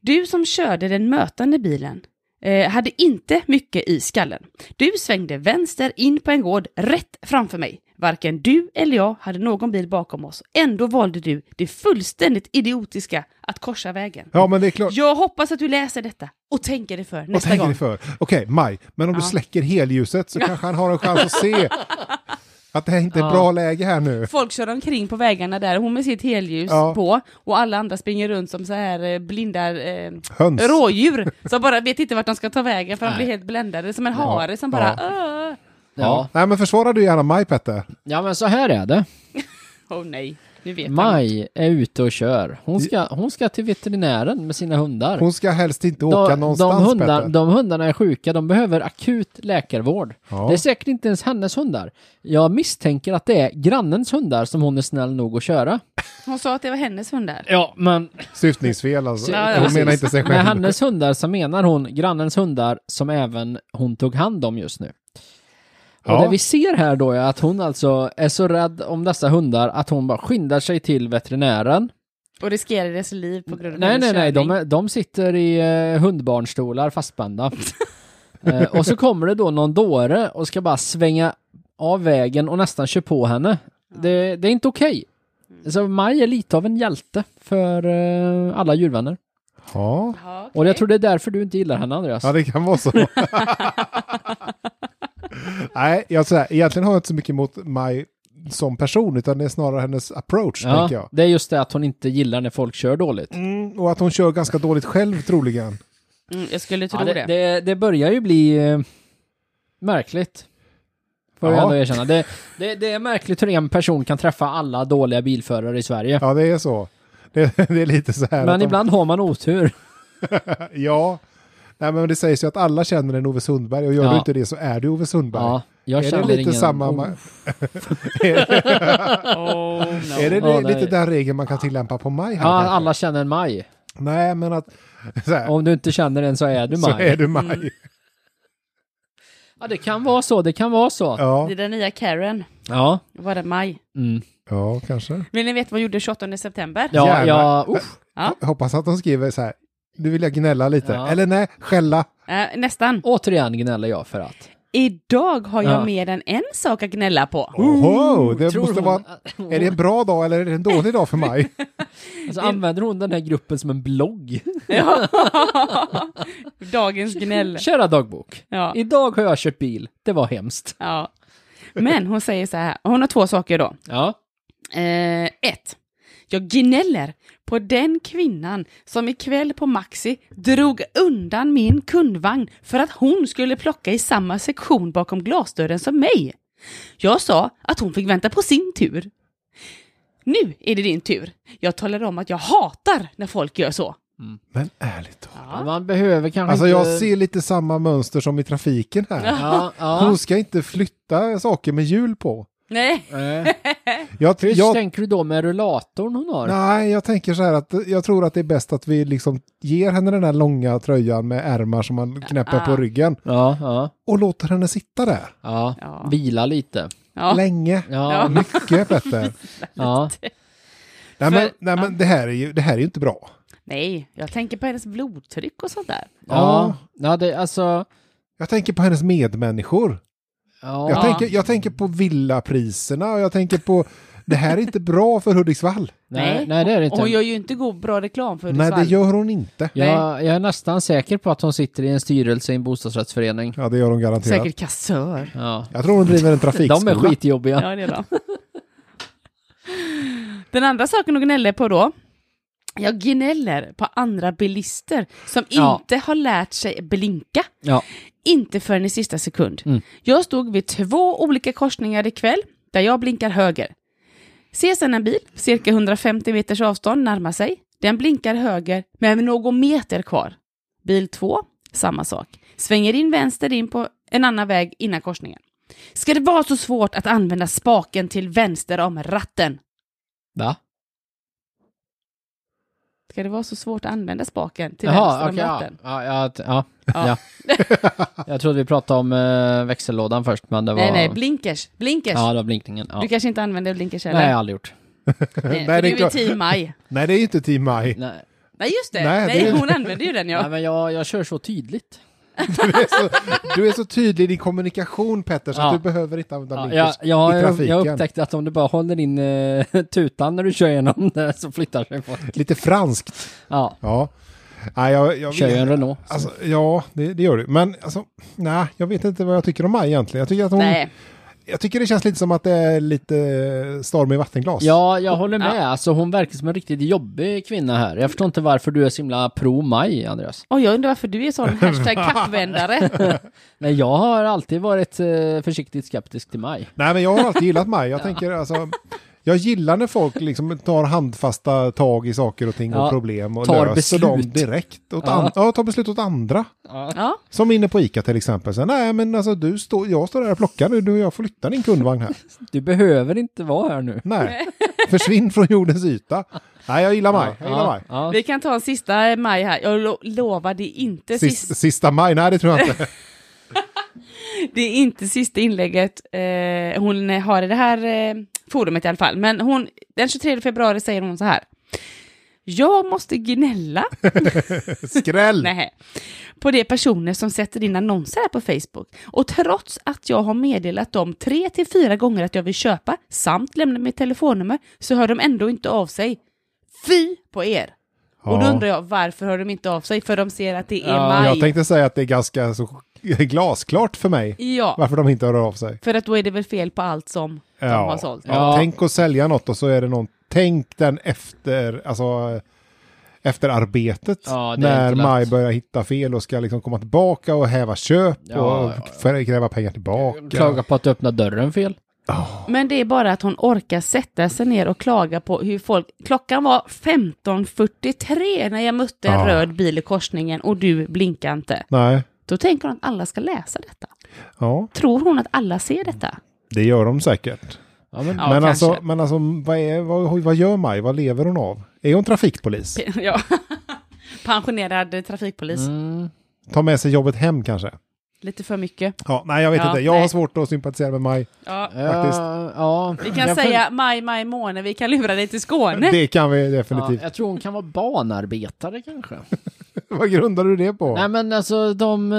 [SPEAKER 3] Du som körde den mötande bilen eh, hade inte mycket i skallen. Du svängde vänster in på en gård rätt framför mig. Varken du eller jag hade någon bil bakom oss. Ändå valde du det fullständigt idiotiska att korsa vägen.
[SPEAKER 2] Ja, men det är klart.
[SPEAKER 3] Jag hoppas att du läser detta och tänker dig för
[SPEAKER 2] Vad
[SPEAKER 3] nästa
[SPEAKER 2] tänker
[SPEAKER 3] gång.
[SPEAKER 2] ni för? Okej, Maj, men om du
[SPEAKER 3] Ja.
[SPEAKER 2] släcker helljuset så kanske han har en chans att
[SPEAKER 1] <laughs>
[SPEAKER 2] se att det här inte är ett
[SPEAKER 1] Ja.
[SPEAKER 2] bra läge här nu.
[SPEAKER 3] Folk kör omkring på vägarna där, hon med sitt helljus
[SPEAKER 2] Ja.
[SPEAKER 3] på och alla andra springer runt som så här eh, blinda eh,
[SPEAKER 2] Höns.
[SPEAKER 3] rådjur som bara vet inte vart de ska ta vägen för de
[SPEAKER 1] Nej.
[SPEAKER 3] blir helt bländade som en hare som bara "Åh."
[SPEAKER 1] Ja.
[SPEAKER 2] Nej, men försvara du gärna Maj, Petter.
[SPEAKER 1] ja, men så här är det.
[SPEAKER 3] Åh Oh, nej, nu vet han.
[SPEAKER 1] Maj är ute och kör. Hon ska, hon ska till veterinären med sina hundar.
[SPEAKER 2] Hon ska helst inte åka
[SPEAKER 1] de, de,
[SPEAKER 2] någonstans,
[SPEAKER 1] hundar,
[SPEAKER 2] Petter.
[SPEAKER 1] de hundarna är sjuka, de behöver akut läkarvård.
[SPEAKER 2] Ja.
[SPEAKER 1] Det är säkert inte ens hennes hundar. Jag misstänker att det är grannens hundar som hon är snäll nog att köra.
[SPEAKER 3] Hon sa att det var hennes hundar.
[SPEAKER 1] Ja, men...
[SPEAKER 2] Syftningsfel alltså.
[SPEAKER 1] Ja, ja,
[SPEAKER 2] hon
[SPEAKER 1] precis.
[SPEAKER 2] menar inte sig
[SPEAKER 1] Med
[SPEAKER 2] själv.
[SPEAKER 1] hennes hundar så menar hon grannens hundar som även hon tog hand om just nu. Och
[SPEAKER 2] Ja.
[SPEAKER 1] det vi ser här då är att hon alltså är så rädd om dessa hundar att hon bara skyndar sig till veterinären.
[SPEAKER 3] Och riskerade deras liv på grund av
[SPEAKER 1] Nej,
[SPEAKER 3] hennes
[SPEAKER 1] nej, nej, de,
[SPEAKER 3] körning.
[SPEAKER 1] är, de sitter i eh, hundbarnstolar fastspända. eh, och så kommer det då någon dåre och ska bara svänga av vägen och nästan kör på henne. Det, det är inte okej. Så Maj är lite av en hjälte för eh, alla djurvänner.
[SPEAKER 2] Ja.
[SPEAKER 3] Ja, okej.
[SPEAKER 1] Och jag tror det är därför du inte gillar henne, Andreas.
[SPEAKER 2] ja, det kan vara så. <laughs> Nej, jag, så här, egentligen har jag inte så mycket emot Maj som person, utan det är snarare hennes approach,
[SPEAKER 1] Ja,
[SPEAKER 2] tänker jag.
[SPEAKER 1] det är just det att hon inte gillar när folk kör dåligt.
[SPEAKER 2] Mm, och att hon kör ganska dåligt själv, troligen.
[SPEAKER 3] Mm, jag skulle tro
[SPEAKER 1] Ja, det,
[SPEAKER 3] det.
[SPEAKER 1] det, det börjar ju bli eh, märkligt. Får jag
[SPEAKER 2] Ja.
[SPEAKER 1] ändå erkänna. Det, det, det är märkligt hur en person kan träffa alla dåliga bilförare i Sverige.
[SPEAKER 2] Ja, det är så. Det, <laughs> det är lite så här. att
[SPEAKER 1] Men
[SPEAKER 2] de-
[SPEAKER 1] ibland har man otur.
[SPEAKER 2] Ja. Nej, men det sägs ju att alla känner en Ove Sundberg och gör
[SPEAKER 1] Ja.
[SPEAKER 2] du inte det så är du Ove Sundberg.
[SPEAKER 1] Ja, jag
[SPEAKER 2] är det
[SPEAKER 1] känner
[SPEAKER 2] lite
[SPEAKER 1] ingen...
[SPEAKER 2] samma...
[SPEAKER 1] Oh,
[SPEAKER 2] man- är det,
[SPEAKER 3] Oh,
[SPEAKER 1] <laughs>
[SPEAKER 2] är det
[SPEAKER 1] Ja,
[SPEAKER 2] lite
[SPEAKER 1] nej.
[SPEAKER 2] den regeln man kan tillämpa på Maj? här
[SPEAKER 1] ja,
[SPEAKER 2] kanske?
[SPEAKER 1] alla känner en Maj.
[SPEAKER 2] Nej, men att... Så, här,
[SPEAKER 1] Om du inte känner en så är du
[SPEAKER 2] så
[SPEAKER 1] Maj. Mm.
[SPEAKER 2] är du Maj.
[SPEAKER 1] Ja, det kan vara så, det kan vara så.
[SPEAKER 2] Ja.
[SPEAKER 3] Det är den nya Karen.
[SPEAKER 1] Ja.
[SPEAKER 3] Var det maj?
[SPEAKER 1] Mm.
[SPEAKER 2] ja, kanske.
[SPEAKER 3] Vill ni veta vad jag gjorde 28 september?
[SPEAKER 1] Ja,
[SPEAKER 2] Gärna.
[SPEAKER 1] ja, uff.
[SPEAKER 3] Ja.
[SPEAKER 2] Jag hoppas att de skriver så här. Nu vill jag gnälla lite.
[SPEAKER 1] Ja.
[SPEAKER 2] Eller nej, skälla.
[SPEAKER 3] Eh, nästan.
[SPEAKER 1] Återigen gnäller jag för att.
[SPEAKER 3] Idag har jag
[SPEAKER 1] Ja.
[SPEAKER 3] mer än en sak att gnälla på.
[SPEAKER 2] Oho, det
[SPEAKER 1] Oh, Tror
[SPEAKER 2] måste
[SPEAKER 1] hon-
[SPEAKER 2] vara... Är det en bra dag eller är det en dålig dag för
[SPEAKER 1] <laughs>
[SPEAKER 2] Maj?
[SPEAKER 1] Alltså, använder hon den här gruppen som en blogg?
[SPEAKER 3] Ja.
[SPEAKER 1] <laughs>
[SPEAKER 3] Dagens gnäll.
[SPEAKER 1] Kära dagbok.
[SPEAKER 3] Ja.
[SPEAKER 1] Idag har jag kört bil. Det var hemskt.
[SPEAKER 3] Ja. Men hon säger så här, hon har två saker då.
[SPEAKER 1] Ja.
[SPEAKER 3] Eh, ett, jag gnäller på den kvinnan som ikväll på Maxi drog undan min kundvagn för att hon skulle plocka i samma sektion bakom glasdörren som mig. Jag sa att hon fick vänta på sin tur. Nu är det din tur. Jag talar om att jag hatar när folk gör så.
[SPEAKER 2] Men ärligt talat.
[SPEAKER 1] Man behöver kanske
[SPEAKER 2] Alltså
[SPEAKER 1] inte...
[SPEAKER 2] jag ser lite samma mönster som i trafiken här.
[SPEAKER 1] Ja, ja.
[SPEAKER 3] <laughs>
[SPEAKER 2] Hon ska inte flytta saker med hjul på.
[SPEAKER 3] Nej.
[SPEAKER 1] Eh,
[SPEAKER 2] Jag,
[SPEAKER 1] Hur
[SPEAKER 2] jag,
[SPEAKER 1] tänker du då med rullatorn hon har?
[SPEAKER 2] nej, jag tänker så här att jag tror att det är bäst att vi liksom ger henne den här långa tröjan med ärmar som man knäpper på
[SPEAKER 3] Ah.
[SPEAKER 2] ryggen
[SPEAKER 1] Ja, ja,
[SPEAKER 2] och låter henne sitta där.
[SPEAKER 1] ja.
[SPEAKER 3] Ja.
[SPEAKER 1] Vila lite.
[SPEAKER 3] Ja.
[SPEAKER 2] Länge.
[SPEAKER 1] Ja, ja.
[SPEAKER 2] Mycket Petter.
[SPEAKER 3] <laughs>
[SPEAKER 1] ja.
[SPEAKER 2] Nej, men,
[SPEAKER 3] För-
[SPEAKER 2] nej, men det, här är ju, det här är ju inte bra.
[SPEAKER 3] Nej, jag tänker på hennes blodtryck och sånt där.
[SPEAKER 1] ja. det, alltså...
[SPEAKER 2] Jag tänker på hennes medmänniskor.
[SPEAKER 1] Ja.
[SPEAKER 2] Jag, tänker, jag tänker på villapriserna och jag tänker på det här är inte bra för Hudiksvall.
[SPEAKER 1] Nej, nej, det är det
[SPEAKER 3] Och hon
[SPEAKER 1] inte.
[SPEAKER 3] gör ju inte god, bra reklam för
[SPEAKER 2] Nej,
[SPEAKER 3] Hudiksvall.
[SPEAKER 2] det gör hon inte.
[SPEAKER 1] Jag, jag är nästan säker på att hon sitter i en styrelse i en bostadsrättsförening.
[SPEAKER 2] Ja, det gör hon garanterat.
[SPEAKER 3] Säkert kassör.
[SPEAKER 1] Ja.
[SPEAKER 2] Jag tror hon driver en trafikskola.
[SPEAKER 1] De är skitjobbiga.
[SPEAKER 3] Ja, det är bra. Den andra saken hon gnäller på då, jag gnäller på andra bilister som
[SPEAKER 1] Ja.
[SPEAKER 3] inte har lärt sig blinka.
[SPEAKER 1] Ja.
[SPEAKER 3] Inte förrän i sista sekund.
[SPEAKER 1] Mm.
[SPEAKER 3] Jag stod vid två olika korsningar ikväll, där jag blinkar höger. Ser sedan en bil, cirka 150 meters avstånd, närma sig. Den blinkar höger, men med någon meter kvar. Bil två, samma sak. Svänger in vänster in på en annan väg innan korsningen. Ska det vara så svårt att använda spaken till vänster om ratten?
[SPEAKER 1] Va?
[SPEAKER 3] Ska det vara så svårt att använda spaken till
[SPEAKER 1] Jaha,
[SPEAKER 3] vänster om
[SPEAKER 1] okej, ja.
[SPEAKER 3] ratten?
[SPEAKER 1] Ja, ja, t- ja,
[SPEAKER 3] Ja.
[SPEAKER 1] ja. <laughs> Jag trodde vi pratade om eh, växellådan först, men det var...
[SPEAKER 3] Nej, nej, blinkers. Blinkers.
[SPEAKER 1] Ja, det var blinkningen. Ja.
[SPEAKER 3] Du kanske inte använder blinkers heller?
[SPEAKER 1] Nej, jag har aldrig gjort.
[SPEAKER 3] Nej,
[SPEAKER 2] Nej,
[SPEAKER 3] för
[SPEAKER 2] det
[SPEAKER 3] du
[SPEAKER 2] är
[SPEAKER 3] är
[SPEAKER 2] klart.
[SPEAKER 3] 10 maj.
[SPEAKER 2] Nej, det är inte Team Maj.
[SPEAKER 1] Nej,
[SPEAKER 3] Nej, just det.
[SPEAKER 2] Nej,
[SPEAKER 3] Nej,
[SPEAKER 2] det är-
[SPEAKER 3] hon använder ju den
[SPEAKER 1] nej
[SPEAKER 3] ja.
[SPEAKER 1] men jag, jag kör så tydligt.
[SPEAKER 2] Du är så, du är så tydlig i din kommunikation Petter, så
[SPEAKER 1] Ja.
[SPEAKER 2] att du behöver inte använda
[SPEAKER 1] Ja,
[SPEAKER 2] blinkers
[SPEAKER 1] jag,
[SPEAKER 2] i
[SPEAKER 1] jag, jag,
[SPEAKER 2] trafiken.
[SPEAKER 1] jag upptäckte att om du bara håller in eh, <laughs> tutan när du kör igenom <laughs> det så flyttar sig folk.
[SPEAKER 2] Lite franskt.
[SPEAKER 1] Ja,
[SPEAKER 2] Ja. Nej, jag, jag
[SPEAKER 1] kör ju en Renault.
[SPEAKER 2] Alltså, ja, det, det gör du. Men alltså, nej, jag vet inte vad jag tycker om Maj egentligen. Jag tycker, att hon,
[SPEAKER 3] Nej.
[SPEAKER 2] jag tycker det känns lite som att det är lite storm i vattenglas.
[SPEAKER 1] Ja, jag håller med. Alltså hon verkar som en riktigt jobbig kvinna här. Jag förstår inte varför du är så himla pro-Maj, Andreas.
[SPEAKER 3] Och jag undrar varför du
[SPEAKER 2] <laughs>
[SPEAKER 3] är sån hashtag kappvändare.
[SPEAKER 1] Nej, jag har alltid varit eh, försiktigt skeptisk till Maj.
[SPEAKER 2] Nej, men jag har alltid gillat Maj.
[SPEAKER 1] <laughs>
[SPEAKER 2] Jag tänker alltså, jag gillar när folk liksom tar handfasta tag i saker och ting och
[SPEAKER 1] Ja,
[SPEAKER 2] problem och
[SPEAKER 1] tar
[SPEAKER 2] löser
[SPEAKER 1] beslut.
[SPEAKER 2] dem direkt. Åt an- ja, tar beslut åt andra.
[SPEAKER 3] Ja,
[SPEAKER 2] Som inne på ICA till exempel. Så, nej, men alltså du står, jag står där och plockar nu, du och jag får flytta din kundvagn här.
[SPEAKER 1] Du behöver inte vara här nu.
[SPEAKER 2] Nej, försvinn från jordens yta. Nej, jag gillar Maj. Jag gillar Maj.
[SPEAKER 1] ja.
[SPEAKER 3] vi kan ta en sista eh, maj här. Jag lo- lovar, det är inte
[SPEAKER 2] Sista,
[SPEAKER 3] sista,
[SPEAKER 2] sista maj, nej det tror jag
[SPEAKER 3] <laughs>
[SPEAKER 2] inte.
[SPEAKER 3] det är inte sista inlägget eh, hon har i det här eh, forumet i alla fall. Men hon, den 23 februari säger hon så här. Jag måste gnälla
[SPEAKER 2] Skräll!
[SPEAKER 3] <laughs> Nej. På de personer som sätter in annonser här på Facebook. Och trots att jag har meddelat dem tre till fyra gånger att jag vill köpa samt lämna mitt telefonnummer så hör de ändå inte av sig. Fy på er! Och då
[SPEAKER 2] Ja.
[SPEAKER 3] undrar jag varför hör de inte av sig? För de ser att det är
[SPEAKER 1] Ja,
[SPEAKER 3] maj.
[SPEAKER 2] Jag tänkte säga att det är ganska så glasklart för mig
[SPEAKER 3] Ja,
[SPEAKER 2] varför de inte hör av sig.
[SPEAKER 3] för att då är det väl fel på allt som de har sålt.
[SPEAKER 2] Ja.
[SPEAKER 1] Ja.
[SPEAKER 2] Tänk att sälja något och så är det någon, tänk den efter, alltså efter arbetet
[SPEAKER 1] Ja, det är
[SPEAKER 2] när
[SPEAKER 1] inte lätt.
[SPEAKER 2] Maj börjar hitta fel och ska liksom komma tillbaka och häva köp
[SPEAKER 1] Ja,
[SPEAKER 2] och
[SPEAKER 1] ja,
[SPEAKER 2] f- kräva pengar tillbaka.
[SPEAKER 1] Klaga på att du öppnar dörren fel.
[SPEAKER 3] Men det är bara att hon orkar sätta sig ner och klaga på hur folk... Klockan var 15.43 när jag mötte en
[SPEAKER 2] Ja.
[SPEAKER 3] röd bil i korsningen och du blinkade inte.
[SPEAKER 2] Nej,
[SPEAKER 3] Då tänker hon att alla ska läsa detta.
[SPEAKER 2] ja,
[SPEAKER 3] Tror hon att alla ser detta?
[SPEAKER 2] det gör de säkert.
[SPEAKER 1] Ja, men,
[SPEAKER 3] Ja,
[SPEAKER 2] men,
[SPEAKER 3] kanske.
[SPEAKER 2] alltså, men alltså, vad, är, vad, vad gör Maj? Vad lever hon av? Är hon trafikpolis?
[SPEAKER 3] ja. <laughs> Pensionerad trafikpolis.
[SPEAKER 1] mm,
[SPEAKER 2] Tar med sig jobbet hem kanske?
[SPEAKER 3] Lite för mycket.
[SPEAKER 2] Ja, nej, jag vet
[SPEAKER 3] Ja,
[SPEAKER 2] inte. Jag
[SPEAKER 3] nej.
[SPEAKER 2] har svårt att sympatisera med Maj.
[SPEAKER 3] Ja.
[SPEAKER 2] Faktiskt.
[SPEAKER 1] ja, ja.
[SPEAKER 3] Vi kan
[SPEAKER 1] Jag får-
[SPEAKER 3] säga maj, maj, måne, vi kan lura dig till Skåne.
[SPEAKER 2] Det kan vi
[SPEAKER 1] Ja,
[SPEAKER 2] definitivt.
[SPEAKER 1] jag tror hon kan vara banarbetare kanske.
[SPEAKER 2] <laughs> Vad grundar du det på?
[SPEAKER 1] Nej men alltså de... eh,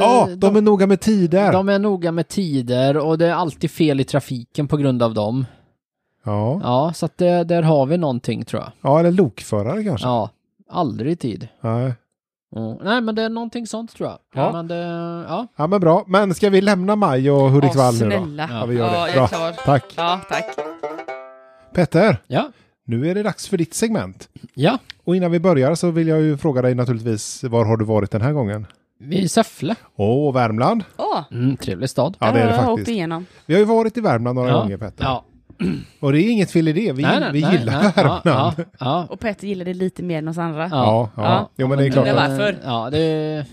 [SPEAKER 2] Ja, de, är noga med tider.
[SPEAKER 1] de är noga med tider och det är alltid fel i trafiken på grund av dem.
[SPEAKER 2] ja.
[SPEAKER 1] Ja, så att det, där har vi någonting tror jag.
[SPEAKER 2] ja, eller lokförare kanske.
[SPEAKER 1] Ja, aldrig i tid.
[SPEAKER 2] Nej.
[SPEAKER 1] Mm. Nej men det är någonting sånt tror jag.
[SPEAKER 2] Ja.
[SPEAKER 1] Ja. Men det, ja.
[SPEAKER 2] Ja, men bra. Men ska vi lämna Maj och Hudiksvall nu då?
[SPEAKER 3] snälla.
[SPEAKER 2] Ja, vi gör
[SPEAKER 3] Ja,
[SPEAKER 2] det.
[SPEAKER 3] jag
[SPEAKER 2] Bra.
[SPEAKER 3] är klar.
[SPEAKER 2] Tack.
[SPEAKER 3] Ja, tack.
[SPEAKER 2] Petter,
[SPEAKER 1] Ja.
[SPEAKER 2] nu är det dags för ditt segment.
[SPEAKER 1] ja,
[SPEAKER 2] Och innan vi börjar så vill jag ju fråga dig naturligtvis, var har du varit den här gången?
[SPEAKER 1] vi är i Säffle.
[SPEAKER 2] Åh, Värmland.
[SPEAKER 3] Åh,
[SPEAKER 1] Mm, trevlig stad.
[SPEAKER 2] Ja, det
[SPEAKER 3] där
[SPEAKER 2] är
[SPEAKER 3] har
[SPEAKER 2] det
[SPEAKER 3] jag åkt
[SPEAKER 2] faktiskt.
[SPEAKER 3] igenom.
[SPEAKER 2] Vi har ju varit i Värmland några gånger, Petter.
[SPEAKER 1] ja.
[SPEAKER 2] Och det är inget fel i det. Vi,
[SPEAKER 1] Nej, nej,
[SPEAKER 2] vi
[SPEAKER 1] nej,
[SPEAKER 2] gillar
[SPEAKER 1] nej.
[SPEAKER 2] Värmland.
[SPEAKER 1] Ja, ja, ja.
[SPEAKER 3] Och Petter gillade det lite mer än oss andra. Ja,
[SPEAKER 2] Ja, ja.
[SPEAKER 3] Ja.
[SPEAKER 2] Jo, men det är
[SPEAKER 3] Undrar
[SPEAKER 2] klart.
[SPEAKER 3] varför.
[SPEAKER 1] eh, Ja, det är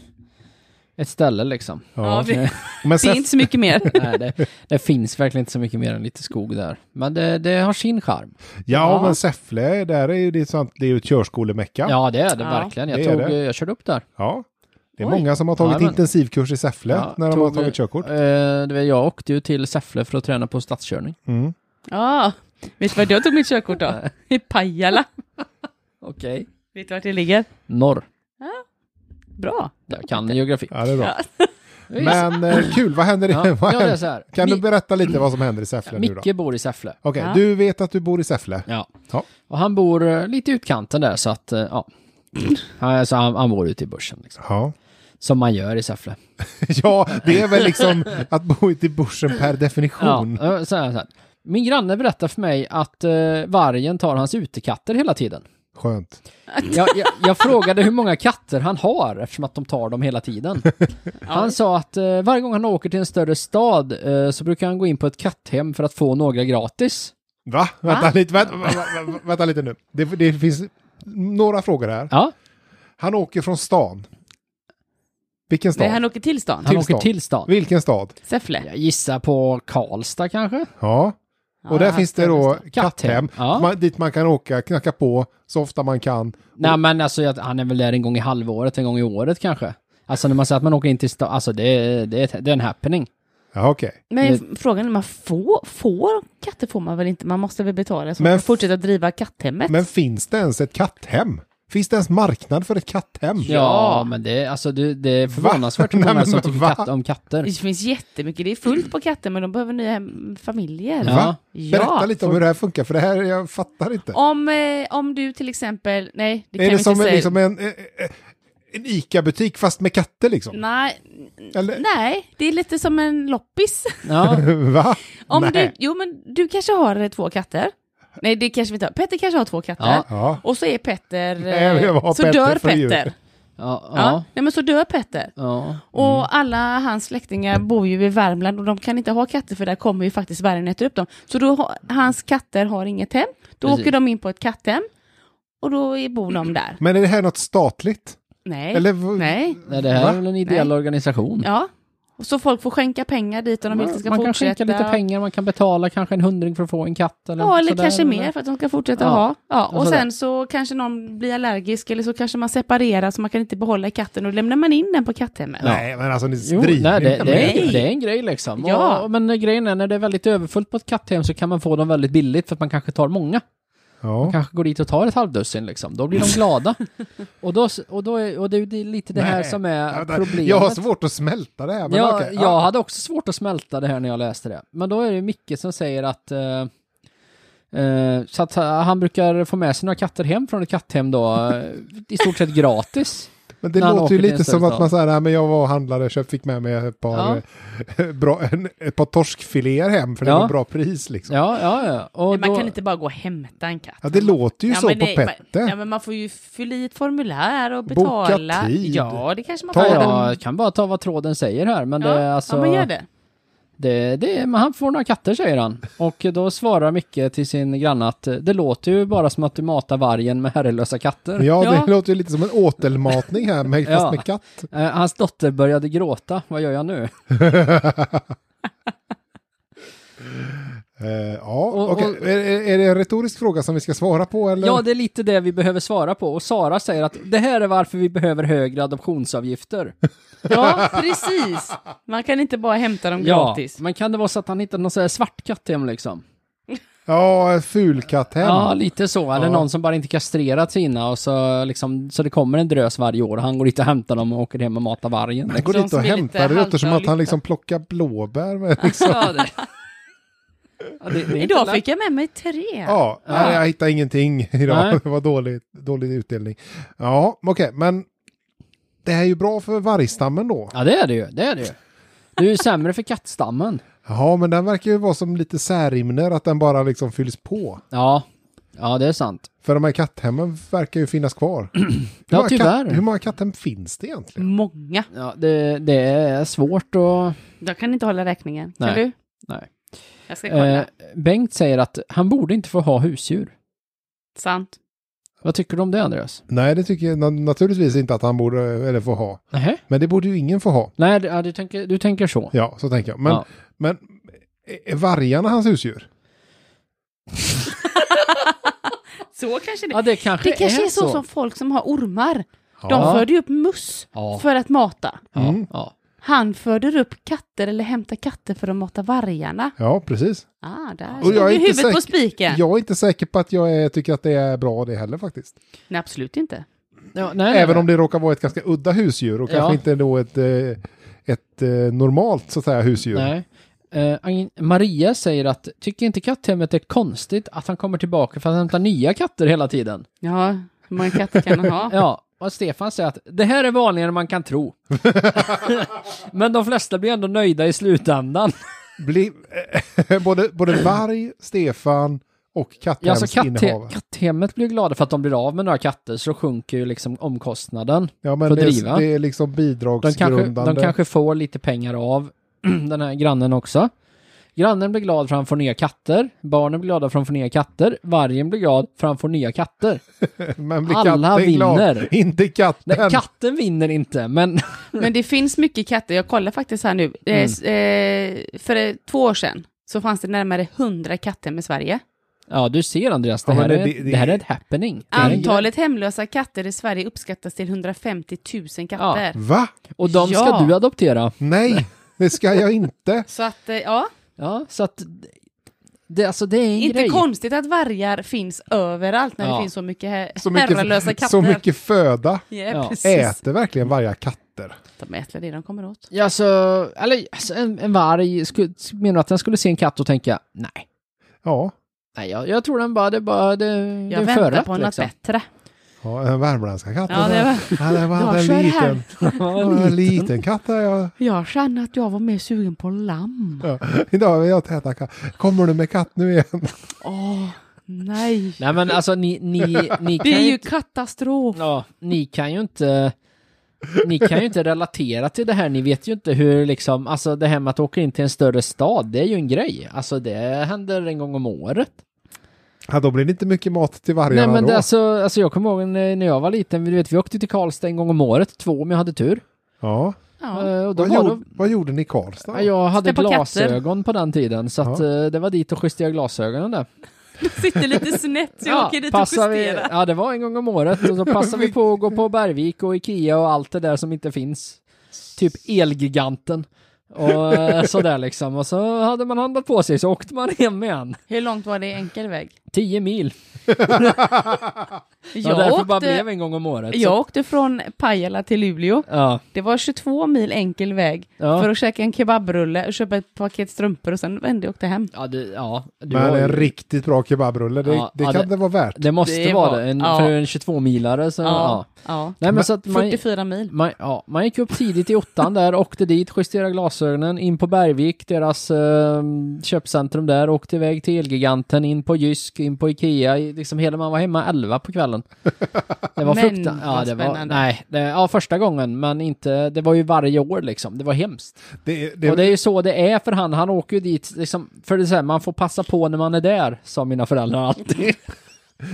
[SPEAKER 1] ett ställe liksom.
[SPEAKER 2] Ja.
[SPEAKER 3] vi,
[SPEAKER 2] Men
[SPEAKER 3] det är
[SPEAKER 2] Säffle,
[SPEAKER 3] inte så
[SPEAKER 2] <laughs>
[SPEAKER 3] mycket mer.
[SPEAKER 1] Nej, det, det finns verkligen inte så mycket mer än lite skog där. Men det, det har sin charm.
[SPEAKER 2] ja,
[SPEAKER 3] Ja.
[SPEAKER 2] men Säffle, där är ju det, sånt, det är ju ett körskolemecka.
[SPEAKER 1] Ja, det är det
[SPEAKER 3] Ja.
[SPEAKER 1] verkligen. Jag,
[SPEAKER 2] Det är
[SPEAKER 1] tog,
[SPEAKER 2] det.
[SPEAKER 1] jag körde upp där.
[SPEAKER 2] Ja. Det är
[SPEAKER 1] Oj.
[SPEAKER 2] många som har tagit
[SPEAKER 1] Ja, men-
[SPEAKER 2] intensivkurs i Säffle
[SPEAKER 1] Ja,
[SPEAKER 2] när de har
[SPEAKER 1] tog-
[SPEAKER 2] tagit körkort.
[SPEAKER 1] Eh, det var, jag åkte ju till Säffle för att träna på stadskörning.
[SPEAKER 2] Mm.
[SPEAKER 3] Ja, vet du var jag tog mitt körkort då? I Pajala.
[SPEAKER 1] Okej.
[SPEAKER 3] Vet du vart det ligger?
[SPEAKER 1] Norr.
[SPEAKER 3] Bra.
[SPEAKER 1] Jag kan geografi.
[SPEAKER 2] <laughs> Ja, det är bra.
[SPEAKER 3] Ja.
[SPEAKER 1] <laughs>
[SPEAKER 2] Men eh, kul, vad händer i...
[SPEAKER 1] Ja,
[SPEAKER 2] vad
[SPEAKER 1] ja, det är
[SPEAKER 2] händer?
[SPEAKER 1] så här.
[SPEAKER 2] <laughs> Kan du
[SPEAKER 1] Mi-
[SPEAKER 2] berätta lite vad som händer i Säffle nu då? Okej,
[SPEAKER 1] Micke bor i Säffle.
[SPEAKER 3] Ja.
[SPEAKER 2] du vet att du bor i Säffle.
[SPEAKER 1] Ja.
[SPEAKER 2] Ja.
[SPEAKER 1] Och han bor eh, lite i utkanten där så att, eh, ja. Alltså, han, han bor ute i bushen liksom.
[SPEAKER 2] Ja. <laughs>
[SPEAKER 1] Som man gör i Säffle.
[SPEAKER 2] ja, det är väl liksom att bo ute i bushen per
[SPEAKER 1] Ja,
[SPEAKER 2] definition.
[SPEAKER 1] eh, så här, så här. Min granne berättar för mig att eh, vargen tar hans utekatter hela tiden.
[SPEAKER 2] Skönt.
[SPEAKER 1] Jag, jag, jag frågade hur många katter han har eftersom att de tar dem
[SPEAKER 2] <laughs>
[SPEAKER 1] hela tiden. Han sa att eh, varje gång han åker till en större stad eh, så brukar han gå in på ett katthem för att få några gratis.
[SPEAKER 2] Va? Vänta, lite, vänta, vänta, vänta lite nu. Det, det finns några frågor här.
[SPEAKER 1] Ja,
[SPEAKER 2] Han åker från stan. Vilken
[SPEAKER 3] Nej,
[SPEAKER 2] stad?
[SPEAKER 3] han åker till stan. Typ
[SPEAKER 1] Han
[SPEAKER 2] Till
[SPEAKER 1] åker
[SPEAKER 2] stad.
[SPEAKER 1] till stan.
[SPEAKER 2] Vilken stad?
[SPEAKER 3] Säffle.
[SPEAKER 1] Jag gissar på Karlstad kanske?
[SPEAKER 2] Ja.
[SPEAKER 3] Ja,
[SPEAKER 2] Och där finns det då
[SPEAKER 1] Katthem.
[SPEAKER 2] katthem,
[SPEAKER 1] Ja.
[SPEAKER 2] man, dit man kan åka, knacka på så ofta man kan.
[SPEAKER 1] Nej men alltså jag, han är väl där en gång i halvåret, en gång i året kanske. Alltså när man säger att man åker in till stan, alltså det, är- det, är- det är en happening.
[SPEAKER 2] Ja, okej.
[SPEAKER 3] Men
[SPEAKER 1] Det-
[SPEAKER 3] f- frågan är, man får, får katter får man väl inte? Man måste väl betala så
[SPEAKER 2] Men
[SPEAKER 3] man
[SPEAKER 2] f-
[SPEAKER 3] får fortsätta driva katthemmet?
[SPEAKER 2] Men finns det ens ett katthem? Finns det ens marknad för ett katthem?
[SPEAKER 1] Ja, men det, är- alltså, det, det är förvånansvärt
[SPEAKER 2] <laughs>
[SPEAKER 1] hur
[SPEAKER 2] Nej,
[SPEAKER 1] många
[SPEAKER 2] men
[SPEAKER 1] som tycker
[SPEAKER 2] va?
[SPEAKER 1] katt, om katter.
[SPEAKER 3] Det finns jättemycket, det är fullt på katter men de behöver nya hem- familjer.
[SPEAKER 1] Ja.
[SPEAKER 2] Va?
[SPEAKER 3] Ja,
[SPEAKER 2] Berätta lite om hur det här funkar, för det här, jag fattar inte.
[SPEAKER 3] Om, eh, om du till exempel, nej det
[SPEAKER 2] är
[SPEAKER 3] kan vi
[SPEAKER 2] det som
[SPEAKER 3] inte
[SPEAKER 2] en,
[SPEAKER 3] säga.
[SPEAKER 2] liksom en, eh, eh, en ICA-butik fast med katter liksom?
[SPEAKER 3] Nej,
[SPEAKER 2] Eller,
[SPEAKER 3] nej, det är lite som en loppis. <laughs>
[SPEAKER 1] Ja,
[SPEAKER 2] <laughs> va?
[SPEAKER 3] Om
[SPEAKER 2] Nej.
[SPEAKER 3] du, jo men du kanske har eh, två katter. Nej det kanske vi inte har. Petter kanske har två katter.
[SPEAKER 1] Ja.
[SPEAKER 2] Ja.
[SPEAKER 3] Och så är Petter... eh,
[SPEAKER 2] Nej, vi har
[SPEAKER 3] så
[SPEAKER 2] Petter
[SPEAKER 3] dör
[SPEAKER 2] för djur.
[SPEAKER 3] Petter.
[SPEAKER 1] ja,
[SPEAKER 3] Ja.
[SPEAKER 1] ja.
[SPEAKER 3] Nej men så dör Petter.
[SPEAKER 1] ja.
[SPEAKER 3] Och alla hans släktingar bor ju i Värmland och de kan inte ha katter för där kommer ju faktiskt vargen äta upp dem. Så då, har- hans katter har inget hem. Då
[SPEAKER 1] Precis.
[SPEAKER 3] åker de in på ett katthem och då är- bor de där.
[SPEAKER 2] Men är det här något statligt?
[SPEAKER 3] Nej.
[SPEAKER 2] Eller, v-
[SPEAKER 3] Nej.
[SPEAKER 1] Nej, det här
[SPEAKER 2] Va?
[SPEAKER 1] är väl en ideell organisation.
[SPEAKER 3] Ja. Och så folk får skänka pengar dit om de inte ska
[SPEAKER 1] man kan
[SPEAKER 3] fortsätta.
[SPEAKER 1] skänka lite pengar, man kan betala kanske en hundring för att få en katt. Eller
[SPEAKER 3] Ja, eller
[SPEAKER 1] sådär,
[SPEAKER 3] kanske
[SPEAKER 1] eller-
[SPEAKER 3] mer för att de ska fortsätta
[SPEAKER 1] Ja.
[SPEAKER 3] ha. Ja, och
[SPEAKER 1] Och sådär.
[SPEAKER 3] sen så kanske någon blir allergisk eller så kanske man separerar så man kan inte behålla katten och lämnar man in den på katthemmet.
[SPEAKER 2] Nej, men alltså ni
[SPEAKER 1] Jo,
[SPEAKER 2] driver
[SPEAKER 1] nej, det,
[SPEAKER 2] inte
[SPEAKER 1] det,
[SPEAKER 2] med
[SPEAKER 1] är,
[SPEAKER 3] Nej.
[SPEAKER 1] det är en grej liksom.
[SPEAKER 3] Ja.
[SPEAKER 1] Och, men grejen är när det är väldigt överfullt på ett katthem så kan man få dem väldigt billigt för att man kanske tar många.
[SPEAKER 2] Ja.
[SPEAKER 1] kanske går dit och tar ett halvdussin liksom. Då blir de
[SPEAKER 3] <laughs>
[SPEAKER 1] glada. och, då, och, då är, och det är ju lite det här
[SPEAKER 2] Nej.
[SPEAKER 1] som
[SPEAKER 2] Ja,
[SPEAKER 1] är
[SPEAKER 2] vänta,
[SPEAKER 1] problemet.
[SPEAKER 2] Jag har svårt att smälta det här. Men
[SPEAKER 1] jag,
[SPEAKER 2] okej. Ja.
[SPEAKER 1] jag hade också svårt att smälta det här när jag läste det. Men då är det Micke som säger att eh, eh, så att eh, han brukar få med sig några katter hem från ett katthem då, eh, i stort
[SPEAKER 2] <laughs>
[SPEAKER 1] sett gratis.
[SPEAKER 2] men det
[SPEAKER 1] när han
[SPEAKER 2] låter ju
[SPEAKER 1] åker till en
[SPEAKER 2] lite som
[SPEAKER 1] större
[SPEAKER 2] att man säger, nej men jag var och handlade, köpt, fick med mig ett par, eh, <laughs> bra, en, ett par torskfiléer hem för det
[SPEAKER 1] Ja.
[SPEAKER 2] var bra pris liksom. Ja,
[SPEAKER 1] Ja, ja, ja. Och
[SPEAKER 3] Men man
[SPEAKER 1] då,
[SPEAKER 3] kan inte bara gå och hämta en katt.
[SPEAKER 2] det låter ju så på
[SPEAKER 3] nej,
[SPEAKER 2] Petter.
[SPEAKER 3] Man, ja, men man får ju fylla i ett formulär och
[SPEAKER 2] Boka
[SPEAKER 3] betala.
[SPEAKER 2] tid.
[SPEAKER 3] Ja, det kanske man
[SPEAKER 2] Ta
[SPEAKER 3] får.
[SPEAKER 1] Ja,
[SPEAKER 2] den.
[SPEAKER 3] Ja,
[SPEAKER 1] jag kan bara ta vad tråden säger här, men det är alltså...
[SPEAKER 3] ja, men gör det.
[SPEAKER 1] Det, det, men han får några katter säger han. Och då svarar Micke till sin granne att eh, det låter ju bara som att du matar vargen med herrelösa katter.
[SPEAKER 2] Ja, det
[SPEAKER 3] Ja.
[SPEAKER 2] låter ju lite som en åtelmatning här, med, fast
[SPEAKER 1] <laughs> Ja.
[SPEAKER 2] med katt.
[SPEAKER 1] Eh, hans dotter började gråta, vad gör jag nu?
[SPEAKER 2] Eh, ja,
[SPEAKER 1] Och-
[SPEAKER 2] okej.
[SPEAKER 1] och-
[SPEAKER 2] Är, är- är det en retorisk fråga som vi ska svara på? Eller?
[SPEAKER 1] Ja, det är lite det vi behöver svara på. Och Sara säger att det här är varför vi behöver
[SPEAKER 2] <laughs>
[SPEAKER 1] högre adoptionsavgifter.
[SPEAKER 3] Ja, precis. Man kan inte bara hämta dem gratis.
[SPEAKER 1] men kan det vara så att han hittade någon sån här svart katthem liksom?
[SPEAKER 2] ja fulkatthem.
[SPEAKER 1] Ja, lite så. Eller
[SPEAKER 2] Ja.
[SPEAKER 1] någon som bara inte kastrerat sina och så liksom, så det kommer en drös varje år. Han går dit och hämtar dem och åker hem och matar vargen. liksom.
[SPEAKER 2] Han går
[SPEAKER 3] De
[SPEAKER 2] dit och
[SPEAKER 3] som är lite
[SPEAKER 2] hämtar, det låter som
[SPEAKER 3] halta och
[SPEAKER 2] att han
[SPEAKER 3] lyfta.
[SPEAKER 2] liksom plockar blåbär. Med, <laughs> liksom.
[SPEAKER 3] Ja, det.
[SPEAKER 1] <laughs> Ja, det- det är inte
[SPEAKER 3] Idag
[SPEAKER 1] lätt.
[SPEAKER 3] fick jag med mig tre.
[SPEAKER 2] Ja, nej, jag hittade ingenting <laughs>
[SPEAKER 1] Nej.
[SPEAKER 2] idag. Det var dålig, dålig utdelning. Ja, okej, men det här är ju bra för vargstammen då.
[SPEAKER 1] Ja, det är det ju. Det är det ju. Det är ju sämre för kattstammen.
[SPEAKER 2] Ja, men den verkar ju vara som lite särrimner, att den bara liksom fylls på.
[SPEAKER 1] Ja, ja det är sant.
[SPEAKER 2] För de här katthemmen verkar ju finnas kvar. <clears throat>
[SPEAKER 1] Ja,
[SPEAKER 2] Hur många
[SPEAKER 1] tyvärr.
[SPEAKER 2] Katt, hur många katthem finns det egentligen?
[SPEAKER 3] Många.
[SPEAKER 1] Ja, det, det är svårt och...
[SPEAKER 3] Jag kan inte hålla räkningen. Kan
[SPEAKER 1] Nej.
[SPEAKER 3] du?
[SPEAKER 1] Nej.
[SPEAKER 3] Jag ska kolla.
[SPEAKER 1] Eh, Bengt säger att han borde inte få ha husdjur.
[SPEAKER 3] Sant.
[SPEAKER 1] Vad tycker du om det, Andreas?
[SPEAKER 2] Nej, det tycker jag na- naturligtvis inte att han borde, eller få ha.
[SPEAKER 1] Nähä?
[SPEAKER 2] Men det borde ju ingen få ha.
[SPEAKER 1] Nej, du, ja, du, tänker, du tänker så.
[SPEAKER 2] Ja, så tänker jag. Men,
[SPEAKER 1] Ja.
[SPEAKER 2] men är vargarna hans husdjur?
[SPEAKER 3] Så kanske det.
[SPEAKER 1] Ja, det kanske,
[SPEAKER 3] det kanske är, så,
[SPEAKER 1] så.
[SPEAKER 3] som folk som har ormar.
[SPEAKER 2] Ja.
[SPEAKER 3] De föder ju upp möss
[SPEAKER 1] Ja.
[SPEAKER 3] för att mata.
[SPEAKER 1] Ja,
[SPEAKER 2] Mm.
[SPEAKER 1] ja.
[SPEAKER 3] Han föder upp katter eller hämtar katter för att mata vargarna.
[SPEAKER 2] Ja, precis.
[SPEAKER 3] Ah, där
[SPEAKER 2] Och jag är
[SPEAKER 3] slog du
[SPEAKER 2] inte
[SPEAKER 3] huvudet
[SPEAKER 2] säker-
[SPEAKER 3] på spiken.
[SPEAKER 2] Jag är inte säker på att jag är, tycker att det är bra det heller faktiskt.
[SPEAKER 3] Nej, absolut inte.
[SPEAKER 1] ja nej, nej,
[SPEAKER 2] Även
[SPEAKER 1] nej.
[SPEAKER 2] om det råkar vara ett ganska udda husdjur och
[SPEAKER 1] Ja.
[SPEAKER 2] kanske inte då ett, eh, ett eh, normalt så att säga husdjur.
[SPEAKER 1] Nej. Eh, Ang- Maria säger att tycker inte katthemmet är konstigt att han kommer tillbaka för att hämta nya katter hela tiden?
[SPEAKER 3] Ja, hur många katter kan han ha?
[SPEAKER 1] <laughs> Ja, och Stefan säger att det här är vanligare än man kan tro. <laughs> Men de flesta blir ändå nöjda i slutändan.
[SPEAKER 2] Bli, <laughs> både, både varg, Stefan och
[SPEAKER 1] Ja, alltså katte,
[SPEAKER 2] katthemsinnehavare.
[SPEAKER 1] katthemmet blir ju glada för att de blir av med några katter så sjunker ju liksom omkostnaden.
[SPEAKER 2] ja, men
[SPEAKER 1] får
[SPEAKER 2] det,
[SPEAKER 1] driva.
[SPEAKER 2] är, det är liksom
[SPEAKER 1] De kanske,
[SPEAKER 2] bidragsgrundande.
[SPEAKER 1] <clears throat> de kanske får lite pengar av den här grannen också. Grannen blir glad för han får nya katter. Barnen blir glada för han får nya katter. Vargen blir glad för han får nya katter.
[SPEAKER 2] Men blir
[SPEAKER 1] Alla
[SPEAKER 2] katten glad?
[SPEAKER 1] vinner.
[SPEAKER 2] Inte katten.
[SPEAKER 1] Nej, katten vinner inte, men <laughs>
[SPEAKER 3] Men det finns mycket katter. Jag kollar faktiskt här nu. Eh, s- Eh, för eh, två år sedan så fanns det närmare 100 katter med Sverige.
[SPEAKER 1] ja, du ser Andreas, det
[SPEAKER 2] Ja, men
[SPEAKER 1] här,
[SPEAKER 2] det-
[SPEAKER 1] är,
[SPEAKER 2] det-
[SPEAKER 1] det här är ett happening. Det här är en grej.
[SPEAKER 3] Antalet hemlösa katter i Sverige uppskattas till 150 000 katter.
[SPEAKER 2] Va?
[SPEAKER 1] Och de ska
[SPEAKER 3] Ja.
[SPEAKER 1] du adoptera.
[SPEAKER 2] Nej, det ska jag inte.
[SPEAKER 3] Så att, eh, ja,
[SPEAKER 1] Ja, så att det, alltså, det är en
[SPEAKER 3] inte
[SPEAKER 1] grej.
[SPEAKER 3] konstigt att vargar finns överallt när
[SPEAKER 1] Ja.
[SPEAKER 3] det finns så mycket he-
[SPEAKER 2] Så
[SPEAKER 3] herralösa
[SPEAKER 2] mycket, <laughs>
[SPEAKER 3] katter.
[SPEAKER 2] så mycket föda.
[SPEAKER 3] Ja,
[SPEAKER 1] Ja.
[SPEAKER 3] precis.
[SPEAKER 2] Äter verkligen vargar katter?
[SPEAKER 3] De äter det de kommer åt.
[SPEAKER 1] Ja, alltså, eller, alltså en, en varg, skulle, menar du att den skulle se en katt och tänka nej?
[SPEAKER 2] Ja,
[SPEAKER 1] Nej, jag, jag tror den bara, det är bara, det, det är
[SPEAKER 3] Jag
[SPEAKER 1] en
[SPEAKER 3] väntar
[SPEAKER 1] förrätt,
[SPEAKER 3] på något
[SPEAKER 1] liksom.
[SPEAKER 3] bättre.
[SPEAKER 2] ja en värmländska katt.
[SPEAKER 3] Ja, det var-
[SPEAKER 2] ja, det var
[SPEAKER 3] Jag
[SPEAKER 2] en
[SPEAKER 3] kör
[SPEAKER 2] <laughs> liten,
[SPEAKER 1] Ja,
[SPEAKER 2] en liten katt. Där jag,
[SPEAKER 3] Jag känner att jag var mer sugen på lamm.
[SPEAKER 2] ja. Idag vill jag täta katt. Kommer du med katt nu igen?
[SPEAKER 3] Åh, nej.
[SPEAKER 1] Nej men alltså ni,
[SPEAKER 3] <laughs>
[SPEAKER 1] ni, ni kan
[SPEAKER 3] Det är
[SPEAKER 1] ju
[SPEAKER 3] ju katastrof.
[SPEAKER 1] Ja, ni kan ju inte... Ni kan ju inte relatera till det här, ni vet ju inte hur liksom, alltså det här med att åka in till en större stad, det är ju en grej. Alltså det händer en gång om året.
[SPEAKER 2] Ja, då blir det inte mycket mat till vargarna
[SPEAKER 1] Nej men
[SPEAKER 2] då.
[SPEAKER 1] det, alltså, alltså jag kommer ihåg när när jag var liten, vi, vet, vi åkte till Karlstad en gång om året, två om jag hade tur.
[SPEAKER 2] Ja.
[SPEAKER 3] Ja.
[SPEAKER 1] Eh, och då
[SPEAKER 2] Vad,
[SPEAKER 1] var
[SPEAKER 2] gjorde,
[SPEAKER 1] det,
[SPEAKER 2] vad gjorde ni i
[SPEAKER 1] ja,
[SPEAKER 2] Karlstad?
[SPEAKER 1] jag hade
[SPEAKER 3] Steppa katter.
[SPEAKER 1] glasögon på den tiden, så att,
[SPEAKER 2] Ja.
[SPEAKER 1] eh, det var dit och justera glasögonen där.
[SPEAKER 3] Sitter lite snett så jag åker dit och
[SPEAKER 1] passar vi,
[SPEAKER 3] justerar.
[SPEAKER 1] ja det var en gång om året, och så passade vi på att gå på Bergvik och Ikea och allt det där som inte finns. Typ Elgiganten. Och eh,
[SPEAKER 3] <laughs>
[SPEAKER 1] sådär liksom. Och så hade man handlat på sig så åkte man hem igen.
[SPEAKER 3] Hur långt var det i enkel väg?
[SPEAKER 1] 10 mil. Det var
[SPEAKER 3] Jag,
[SPEAKER 1] därför bara blev
[SPEAKER 3] åkte,
[SPEAKER 1] en gång om året. så-
[SPEAKER 3] jag åkte från Pajala till Luleå.
[SPEAKER 1] Ja,
[SPEAKER 3] Det var 22 mil enkel väg
[SPEAKER 1] Ja.
[SPEAKER 3] för att käka en kebabrulle och köpa ett paket strumpor och sen vände jag och åkte hem.
[SPEAKER 1] ja, det, ja, du
[SPEAKER 2] Men
[SPEAKER 1] har ju-
[SPEAKER 2] en riktigt bra kebabrulle, det,
[SPEAKER 1] Ja,
[SPEAKER 2] det
[SPEAKER 1] ja,
[SPEAKER 2] kan
[SPEAKER 1] det-
[SPEAKER 2] det, vara värt.
[SPEAKER 1] det måste
[SPEAKER 3] Det
[SPEAKER 1] vara
[SPEAKER 3] var-
[SPEAKER 1] det. En,
[SPEAKER 3] ja.
[SPEAKER 1] För en 22-milare så, ja.
[SPEAKER 3] Ja. ja.
[SPEAKER 1] Nej men så att man,
[SPEAKER 3] 44 mil.
[SPEAKER 1] man, ja, man gick upp tidigt i åttan där, åkte dit, justerade glasögonen, in på Bergvik, deras eh, köpcentrum där, åkte iväg till Elgiganten, in på Jysk, in på Ikea, i- liksom hela man var hemma elva på kvällen. Det var
[SPEAKER 3] <laughs> Men,
[SPEAKER 1] fruktansvärt. Ja,
[SPEAKER 3] vad
[SPEAKER 1] det var,
[SPEAKER 3] spännande.
[SPEAKER 1] nej, det, ja, första gången, men inte, det var ju varje år liksom, det var hemskt.
[SPEAKER 2] Det,
[SPEAKER 1] Och det är ju så det är för han, han åker ju dit, liksom, för det är så här, man får passa på när man är där, sa mina föräldrar alltid.
[SPEAKER 2] det
[SPEAKER 1] <laughs>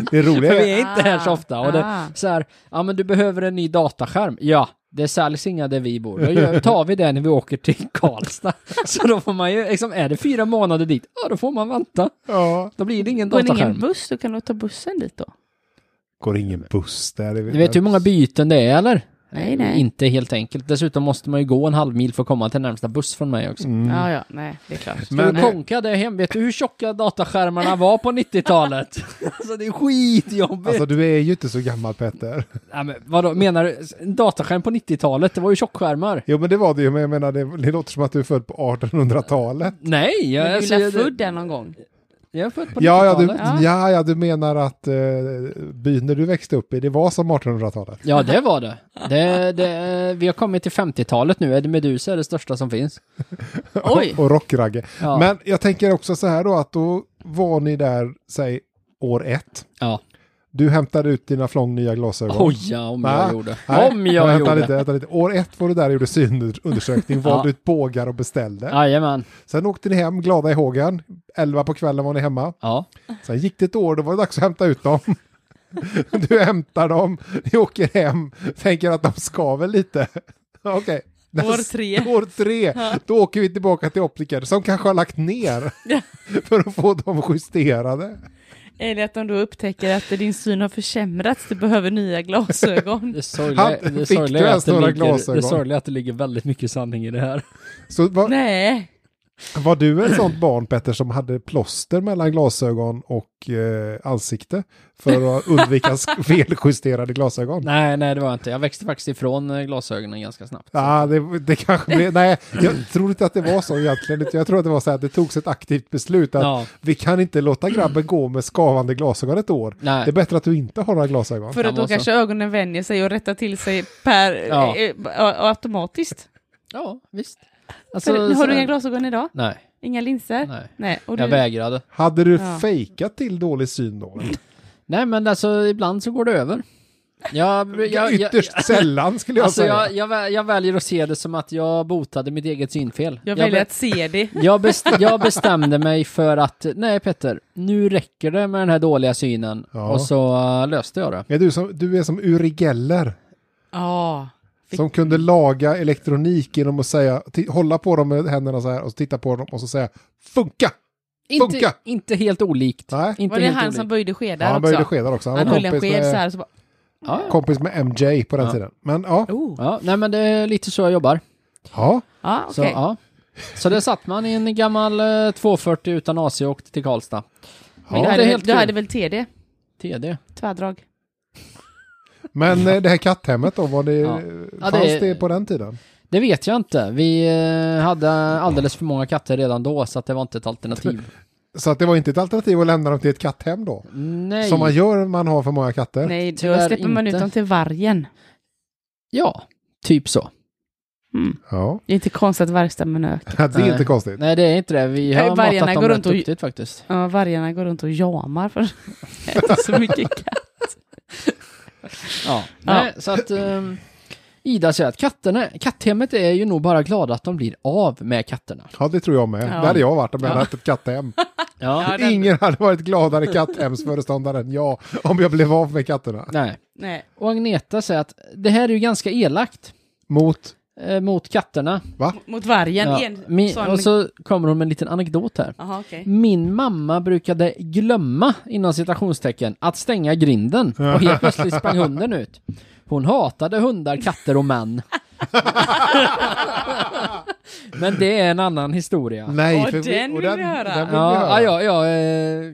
[SPEAKER 1] För
[SPEAKER 2] roliga
[SPEAKER 1] vi
[SPEAKER 2] är,
[SPEAKER 1] är inte här så ofta. Och det,
[SPEAKER 3] Ah.
[SPEAKER 1] så här, ja men du behöver en ny dataskärm. Ja, det säljs inga där vi bor. Då gör, tar vi det när vi åker till Karlstad. <laughs> Så då får man ju, liksom, är det fyra månader dit, ja då får man vänta.
[SPEAKER 2] ja,
[SPEAKER 1] Då blir det ingen
[SPEAKER 3] Går det ingen
[SPEAKER 1] dataskärm.
[SPEAKER 3] buss, då kan du ta bussen dit då.
[SPEAKER 1] Eh,
[SPEAKER 2] går ingen buss där. det-
[SPEAKER 1] Du vet hur många byten det är eller?
[SPEAKER 3] Nej, nej.
[SPEAKER 1] Inte helt enkelt. Dessutom måste man ju gå en halv mil för att komma till närmsta buss från mig också.
[SPEAKER 3] Ja, ja, nej, det är klart.
[SPEAKER 1] Men
[SPEAKER 2] Mm. Men-
[SPEAKER 1] konka det hem, vet du hur tjocka dataskärmarna var på 90-talet?
[SPEAKER 2] <laughs>
[SPEAKER 1] alltså det är skitjobbigt.
[SPEAKER 2] Alltså du är ju inte så gammal Petter. <laughs>
[SPEAKER 1] ja, men, vadå, menar du, en dataskärm på 90-talet, det var ju tjockskärmar.
[SPEAKER 2] Jo men det var det ju, men jag menar det, det låter som att du är född på 1800-talet.
[SPEAKER 1] Nej, jag,
[SPEAKER 3] Men du
[SPEAKER 1] alltså,
[SPEAKER 3] är
[SPEAKER 1] jag,
[SPEAKER 3] född där
[SPEAKER 1] <laughs>
[SPEAKER 3] någon gång?
[SPEAKER 1] jag är född på
[SPEAKER 2] Ja ja,
[SPEAKER 1] 90-talet.
[SPEAKER 2] du,
[SPEAKER 3] Ja.
[SPEAKER 2] ja, ja, du menar att eh, byn där du växte upp i, det var som 1800-talet.
[SPEAKER 1] Ja, det var det. det, det vi har kommit till 50-talet nu. Eddie Meduza är det största som finns.
[SPEAKER 3] Oj.
[SPEAKER 2] Och rockragge.
[SPEAKER 1] Ja.
[SPEAKER 2] Men jag tänker också så här då att då var ni där, säg år ett.
[SPEAKER 1] Ja.
[SPEAKER 2] Du hämtade ut dina flång nya glasögon.
[SPEAKER 1] Oj, ja, om jag
[SPEAKER 2] Nej,
[SPEAKER 1] gjorde.
[SPEAKER 2] nej,
[SPEAKER 1] Om jag
[SPEAKER 2] vänta
[SPEAKER 1] gjorde.
[SPEAKER 2] Lite, vänta lite. År ett var du där och gjorde synundersökning,
[SPEAKER 1] <laughs>
[SPEAKER 2] valde ut bågar och beställde.
[SPEAKER 1] Jajamän.
[SPEAKER 2] Sen åkte ni hem glada i hågen. Elva på kvällen var ni hemma.
[SPEAKER 1] Ja.
[SPEAKER 2] Sen gick det ett år, då var det dags att hämta ut dem. <laughs> Du hämtar dem, ni åker hem, tänker att de skaver lite. <laughs> Okej.
[SPEAKER 3] År tre.
[SPEAKER 2] <laughs> År tre. Då åker vi tillbaka till optiker som kanske har lagt
[SPEAKER 3] <laughs>
[SPEAKER 2] ner <laughs> för att få dem justerade.
[SPEAKER 3] Eller att de då upptäcker att din syn har försämrats, du behöver
[SPEAKER 1] <laughs>
[SPEAKER 3] nya glasögon.
[SPEAKER 1] Det sorgliga,
[SPEAKER 2] Han-
[SPEAKER 1] det
[SPEAKER 2] fick
[SPEAKER 1] sorgliga
[SPEAKER 2] du
[SPEAKER 1] är
[SPEAKER 2] ens
[SPEAKER 1] att det
[SPEAKER 2] några
[SPEAKER 1] ligger, det
[SPEAKER 2] glasögon?
[SPEAKER 1] sorgliga är att det ligger väldigt mycket sanning i det här.
[SPEAKER 2] Så var,
[SPEAKER 3] Nej.
[SPEAKER 2] var du ett sånt barn Petter som hade plåster mellan glasögon och eh, ansikte för
[SPEAKER 3] <laughs>
[SPEAKER 2] att undvika sk- feljusterade glasögon?
[SPEAKER 1] Nej, nej, det var jag inte. Jag växte faktiskt ifrån eh, glasögonen ganska snabbt.
[SPEAKER 2] Ja, det, det kanske
[SPEAKER 3] <laughs>
[SPEAKER 2] blev, nej, jag tror inte att det var så egentligen. Jag tror att det var så här att det togs ett aktivt beslut att
[SPEAKER 1] Ja.
[SPEAKER 2] vi kan inte låta grabben gå med skavande glasögon ett år.
[SPEAKER 1] Nej.
[SPEAKER 2] Det är bättre att du inte har några glasögon.
[SPEAKER 3] För
[SPEAKER 1] kan
[SPEAKER 3] att då
[SPEAKER 1] vara så.
[SPEAKER 3] kanske ögonen vänjer sig och rättar till sig per,
[SPEAKER 1] Ja.
[SPEAKER 3] eh, eh, automatiskt.
[SPEAKER 1] Ja, visst. Alltså,
[SPEAKER 3] För, nu har
[SPEAKER 1] så-
[SPEAKER 3] du inga glasögon idag?
[SPEAKER 1] Nej,
[SPEAKER 3] Inga linser?
[SPEAKER 1] nej.
[SPEAKER 3] Nej. Och du,
[SPEAKER 1] Jag vägrade.
[SPEAKER 2] Hade du
[SPEAKER 3] Ja.
[SPEAKER 2] fejkat till dålig syn då?
[SPEAKER 1] Nej, men alltså ibland så går det över. Jag, jag, jag,
[SPEAKER 2] Ytterst
[SPEAKER 1] <laughs>
[SPEAKER 2] sällan skulle jag
[SPEAKER 1] alltså
[SPEAKER 2] säga.
[SPEAKER 1] jag, jag, vä- jag väljer att se det som att jag botade mitt eget synfel.
[SPEAKER 3] Jag väljer
[SPEAKER 1] be-
[SPEAKER 3] att se
[SPEAKER 1] <laughs>
[SPEAKER 3] det.
[SPEAKER 1] jag,
[SPEAKER 3] <laughs>
[SPEAKER 1] best- jag bestämde mig för att, nej Petter, nu räcker det med den här dåliga synen.
[SPEAKER 2] Ja.
[SPEAKER 1] Och så eh, löste jag det.
[SPEAKER 2] Ja, du, som, du är som Uri Geller.
[SPEAKER 3] Ja. Fick-
[SPEAKER 2] Som kunde laga elektronik genom att säga, ti- hålla på dem med händerna så här och så titta på dem och så säga funka!
[SPEAKER 1] Inte,
[SPEAKER 2] Funka!
[SPEAKER 1] inte helt olikt.
[SPEAKER 2] Nej.
[SPEAKER 1] Inte
[SPEAKER 3] Var det
[SPEAKER 1] helt
[SPEAKER 3] han
[SPEAKER 1] olikt.
[SPEAKER 3] som böjde
[SPEAKER 2] Ja,
[SPEAKER 3] skedar
[SPEAKER 2] han
[SPEAKER 3] också?
[SPEAKER 2] böjde skedar också. Han,
[SPEAKER 3] Han
[SPEAKER 2] var
[SPEAKER 3] höll en
[SPEAKER 2] kompis
[SPEAKER 3] sked så
[SPEAKER 2] med,
[SPEAKER 3] här. Så bara,
[SPEAKER 1] Ja, ja.
[SPEAKER 2] kompis med MJ på den
[SPEAKER 1] Ja.
[SPEAKER 2] tiden. Men ja,
[SPEAKER 3] oh.
[SPEAKER 1] ja, nej men det är lite så jag jobbar.
[SPEAKER 2] ja.
[SPEAKER 3] Ja,
[SPEAKER 1] Så,
[SPEAKER 3] okej.
[SPEAKER 1] ja. så där satt man i en gammal eh, 240 utan AC och åkte till Karlstad. Ja,
[SPEAKER 3] Men du,
[SPEAKER 1] det
[SPEAKER 3] hade,
[SPEAKER 1] är
[SPEAKER 3] väl-
[SPEAKER 1] helt
[SPEAKER 3] du
[SPEAKER 1] kul.
[SPEAKER 3] hade väl TD?
[SPEAKER 1] TD.
[SPEAKER 3] Tvärdrag?
[SPEAKER 2] Men eh, det här katthemmet då, var det,
[SPEAKER 1] Ja. Ja, det-
[SPEAKER 2] fanns det, på den tiden?
[SPEAKER 1] Det vet jag inte. Vi eh, hade alldeles för många katter redan då så att det var inte ett alternativ.
[SPEAKER 2] Så att det var inte ett alternativ att lämna dem till ett katthem då?
[SPEAKER 1] Nej.
[SPEAKER 2] Som man gör när man har för många katter?
[SPEAKER 3] Nej, då
[SPEAKER 1] Tyvärr
[SPEAKER 3] släpper man
[SPEAKER 1] inte.
[SPEAKER 3] ut dem till vargen.
[SPEAKER 1] Ja, typ så.
[SPEAKER 2] Ja,
[SPEAKER 3] Mm.
[SPEAKER 2] <laughs>
[SPEAKER 3] Det är inte konstigt att vargstammen ökar.
[SPEAKER 2] det är
[SPEAKER 1] Nej.
[SPEAKER 2] inte konstigt.
[SPEAKER 1] Nej det är inte det. Vi
[SPEAKER 3] Nej,
[SPEAKER 1] har
[SPEAKER 3] vargarna
[SPEAKER 1] matat dem
[SPEAKER 3] går
[SPEAKER 1] rätt
[SPEAKER 3] runt och-
[SPEAKER 1] duktigt faktiskt.
[SPEAKER 3] Ja, vargarna går runt och jamar för <laughs> det är inte
[SPEAKER 1] <laughs>
[SPEAKER 3] så mycket katt.
[SPEAKER 1] Ja. Nej, så att ehm, Ida säger att katterna, katthemmet är ju nog bara glada att de blir av med katterna.
[SPEAKER 2] Ja, det tror jag med.
[SPEAKER 3] Ja.
[SPEAKER 2] Det hade jag varit om jag hade
[SPEAKER 1] Ja.
[SPEAKER 2] haft ett katthem.
[SPEAKER 1] Ja.
[SPEAKER 3] den-
[SPEAKER 2] Ingen hade varit gladare
[SPEAKER 3] <laughs>
[SPEAKER 2] katthemsföreståndare än jag om jag blev av med katterna.
[SPEAKER 1] Nej.
[SPEAKER 3] Nej.
[SPEAKER 1] Och Agneta säger att det här är ju ganska elakt
[SPEAKER 2] Mot,
[SPEAKER 1] eh, mot katterna.
[SPEAKER 2] va?
[SPEAKER 3] Mot vargen?
[SPEAKER 1] Ja,
[SPEAKER 3] En,
[SPEAKER 1] min,
[SPEAKER 3] sån...
[SPEAKER 1] och så Eh, kommer hon med en liten anekdot här.
[SPEAKER 3] Aha, okej.
[SPEAKER 1] Min mamma brukade glömma, inom citationstecken, att stänga grinden och helt plötsligt sprang hunden ut. Hon hatade hundar, katter och män. <laughs> Men det är en annan historia.
[SPEAKER 2] Nej,
[SPEAKER 3] Åh, den vill vi höra.
[SPEAKER 2] Den Mm. vill vi
[SPEAKER 1] Ja,
[SPEAKER 2] höra.
[SPEAKER 1] ja, ja, eh,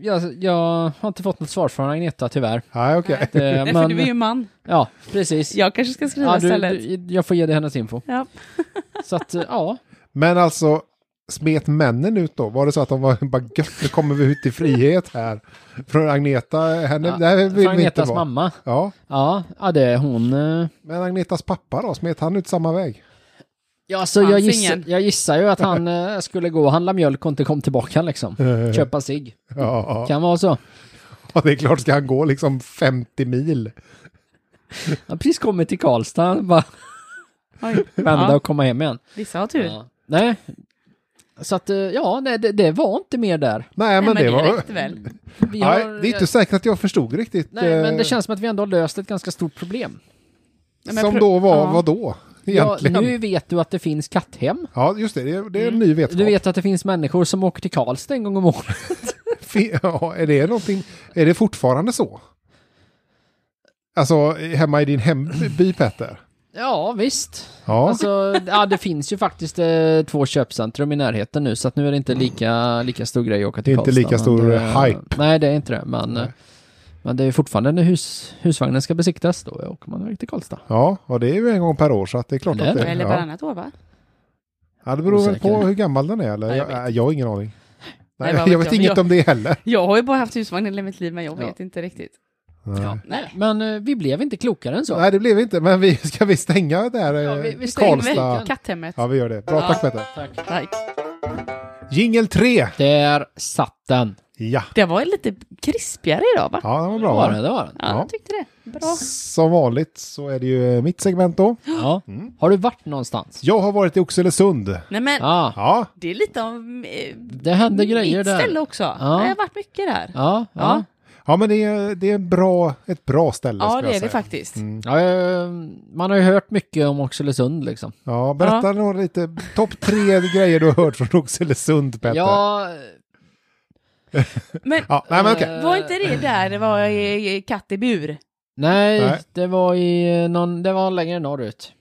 [SPEAKER 1] jag, jag har inte fått något svar från
[SPEAKER 2] <laughs>
[SPEAKER 1] Agneta tyvärr.
[SPEAKER 2] Nej, okej.
[SPEAKER 1] Eh,
[SPEAKER 3] Nej, för
[SPEAKER 1] men-
[SPEAKER 3] du är ju man.
[SPEAKER 1] Ja, precis.
[SPEAKER 3] Jag kanske ska skriva
[SPEAKER 1] Ja, du,
[SPEAKER 3] istället.
[SPEAKER 1] du, jag får ge dig hennes info.
[SPEAKER 3] Ja.
[SPEAKER 1] Så att, eh, ja.
[SPEAKER 2] Men alltså, smet männen ut då? Var det så att de var <laughs> bara gött, nu kommer vi ut i frihet här. Från Agneta, henne,
[SPEAKER 1] Ja,
[SPEAKER 2] det här vill
[SPEAKER 1] Från
[SPEAKER 2] vi inte
[SPEAKER 1] Agnetas
[SPEAKER 2] vara.
[SPEAKER 1] mamma.
[SPEAKER 2] Ja,
[SPEAKER 1] Ja, ja, det är hon. eh,
[SPEAKER 2] men Agnetas pappa då, smet han ut samma väg?
[SPEAKER 1] Ja, så
[SPEAKER 3] Fanns
[SPEAKER 1] jag, gissar,
[SPEAKER 3] ingen.
[SPEAKER 1] jag gissar ju att
[SPEAKER 3] <laughs>
[SPEAKER 1] han eh, skulle gå och handla mjölk och inte kom tillbaka liksom.
[SPEAKER 2] Eh.
[SPEAKER 1] Köpa sig.
[SPEAKER 2] Ja, ja.
[SPEAKER 1] Kan vara så.
[SPEAKER 2] ja, <laughs> det är klart ska han gå liksom 50 mil.
[SPEAKER 1] Han har precis kommit till Karlstad, <laughs> bara
[SPEAKER 3] Oj.
[SPEAKER 1] vända
[SPEAKER 3] Ja, Mm.
[SPEAKER 1] och komma hem igen.
[SPEAKER 3] vissa har tur.
[SPEAKER 1] Ja. Nej. Så att, eh, ja, nej, det, det var inte mer där.
[SPEAKER 2] Nej, men,
[SPEAKER 3] Nej,
[SPEAKER 2] det var...
[SPEAKER 3] räckte väl?
[SPEAKER 1] Vi
[SPEAKER 2] Nej,
[SPEAKER 1] har- eh,
[SPEAKER 2] det är inte säkert att jag förstod riktigt.
[SPEAKER 1] Nej, men
[SPEAKER 2] eh,
[SPEAKER 1] det känns som att vi ändå har löst ett ganska stort problem.
[SPEAKER 3] Ja, men
[SPEAKER 2] som
[SPEAKER 3] pro-
[SPEAKER 2] då var,
[SPEAKER 3] ja.
[SPEAKER 2] vad då?
[SPEAKER 1] Ja,
[SPEAKER 2] Egentligen. Ja,
[SPEAKER 1] nu vet du att det finns katthem.
[SPEAKER 2] just det, det är, det är en ny vetskap.
[SPEAKER 1] Mm. Du vet att det finns människor som åker till Karlstad en gång om året.
[SPEAKER 2] Fi- <laughs> Ja, är det någonting, är det fortfarande så? Alltså hemma i din hemby Petter?
[SPEAKER 1] Ja, visst.
[SPEAKER 2] Ja,
[SPEAKER 1] Alltså, ja, det finns ju faktiskt eh, två köpcentrum i närheten nu, så att nu är det inte lika, lika stor grej att åka till
[SPEAKER 2] Det är inte lika
[SPEAKER 1] Karlstad, men
[SPEAKER 2] stor
[SPEAKER 1] det-
[SPEAKER 2] hype.
[SPEAKER 1] Nej, det är inte det, men,
[SPEAKER 2] Nej.
[SPEAKER 1] eh, men det är fortfarande när hus, husvagnen ska besiktas, då åker man iväg till Karlstad.
[SPEAKER 2] ja, och det är ju en gång per år så att det är klart
[SPEAKER 1] Det är
[SPEAKER 2] att det
[SPEAKER 3] Eller
[SPEAKER 2] ja.
[SPEAKER 3] varannat år va?
[SPEAKER 2] ja, det beror väl på
[SPEAKER 1] Osäker.
[SPEAKER 2] hur gammal den är eller?
[SPEAKER 1] Nej, jag
[SPEAKER 2] jag,
[SPEAKER 1] vet
[SPEAKER 2] jag, har ingen aning. Nej, <laughs>
[SPEAKER 3] vad
[SPEAKER 2] jag,
[SPEAKER 3] vet
[SPEAKER 2] vet
[SPEAKER 3] jag.
[SPEAKER 2] inget
[SPEAKER 3] Jag-
[SPEAKER 2] om det heller.
[SPEAKER 3] Jag har ju bara haft husvagn i hela mitt liv men jag
[SPEAKER 1] Ja.
[SPEAKER 3] vet inte riktigt.
[SPEAKER 2] Nej.
[SPEAKER 1] Ja.
[SPEAKER 3] Nej.
[SPEAKER 1] Men eh, vi blev inte klokare än så.
[SPEAKER 2] Nej, det blev inte, men vi, ska vi stänga där
[SPEAKER 1] Ja, vi-
[SPEAKER 2] ja,
[SPEAKER 1] vi stänger
[SPEAKER 2] Karlstad?
[SPEAKER 1] väl.
[SPEAKER 3] Katthemmet.
[SPEAKER 2] Ja, vi gör det. Bra, tack Petter.
[SPEAKER 1] Tack.
[SPEAKER 3] Nej.
[SPEAKER 2] Jingel 3!
[SPEAKER 1] Där satt den.
[SPEAKER 2] Ja,
[SPEAKER 3] Det var lite krispigare idag va?
[SPEAKER 2] ja den var
[SPEAKER 1] Det
[SPEAKER 2] bra.
[SPEAKER 1] var
[SPEAKER 2] va?
[SPEAKER 1] den, det var den.
[SPEAKER 3] Ja,
[SPEAKER 2] Ja.
[SPEAKER 3] jag tyckte det. Bra.
[SPEAKER 2] Som vanligt så är det ju mitt segment då.
[SPEAKER 1] Ja.
[SPEAKER 2] Mm.
[SPEAKER 1] Har du varit någonstans?
[SPEAKER 2] Jag har varit i Oxelösund.
[SPEAKER 3] Nej men,
[SPEAKER 1] Ja,
[SPEAKER 2] Ja,
[SPEAKER 3] det är lite av eh,
[SPEAKER 1] det hände grejer
[SPEAKER 3] mitt ställe
[SPEAKER 1] där.
[SPEAKER 3] också.
[SPEAKER 1] Ja.
[SPEAKER 3] Jag har varit mycket där.
[SPEAKER 1] Ja, ja.
[SPEAKER 3] Ja.
[SPEAKER 2] ja men det är, det är en bra, ett bra ställe.
[SPEAKER 3] Ja,
[SPEAKER 2] skulle
[SPEAKER 3] det är
[SPEAKER 2] jag
[SPEAKER 3] det
[SPEAKER 2] säga. Mm.
[SPEAKER 3] faktiskt.
[SPEAKER 1] ja eh, man har ju hört mycket om Oxelösund liksom.
[SPEAKER 2] Ja, berätta
[SPEAKER 3] Ja.
[SPEAKER 2] några lite, topp tre grejer du har hört från Oxelösund, Petter.
[SPEAKER 1] Ja,
[SPEAKER 3] Men
[SPEAKER 2] ja nej men okej.
[SPEAKER 1] eh,
[SPEAKER 3] var inte det där det var eh, katt i bur?
[SPEAKER 1] Nej,
[SPEAKER 2] Nej.
[SPEAKER 1] det var i eh, någon, det var längre norrut.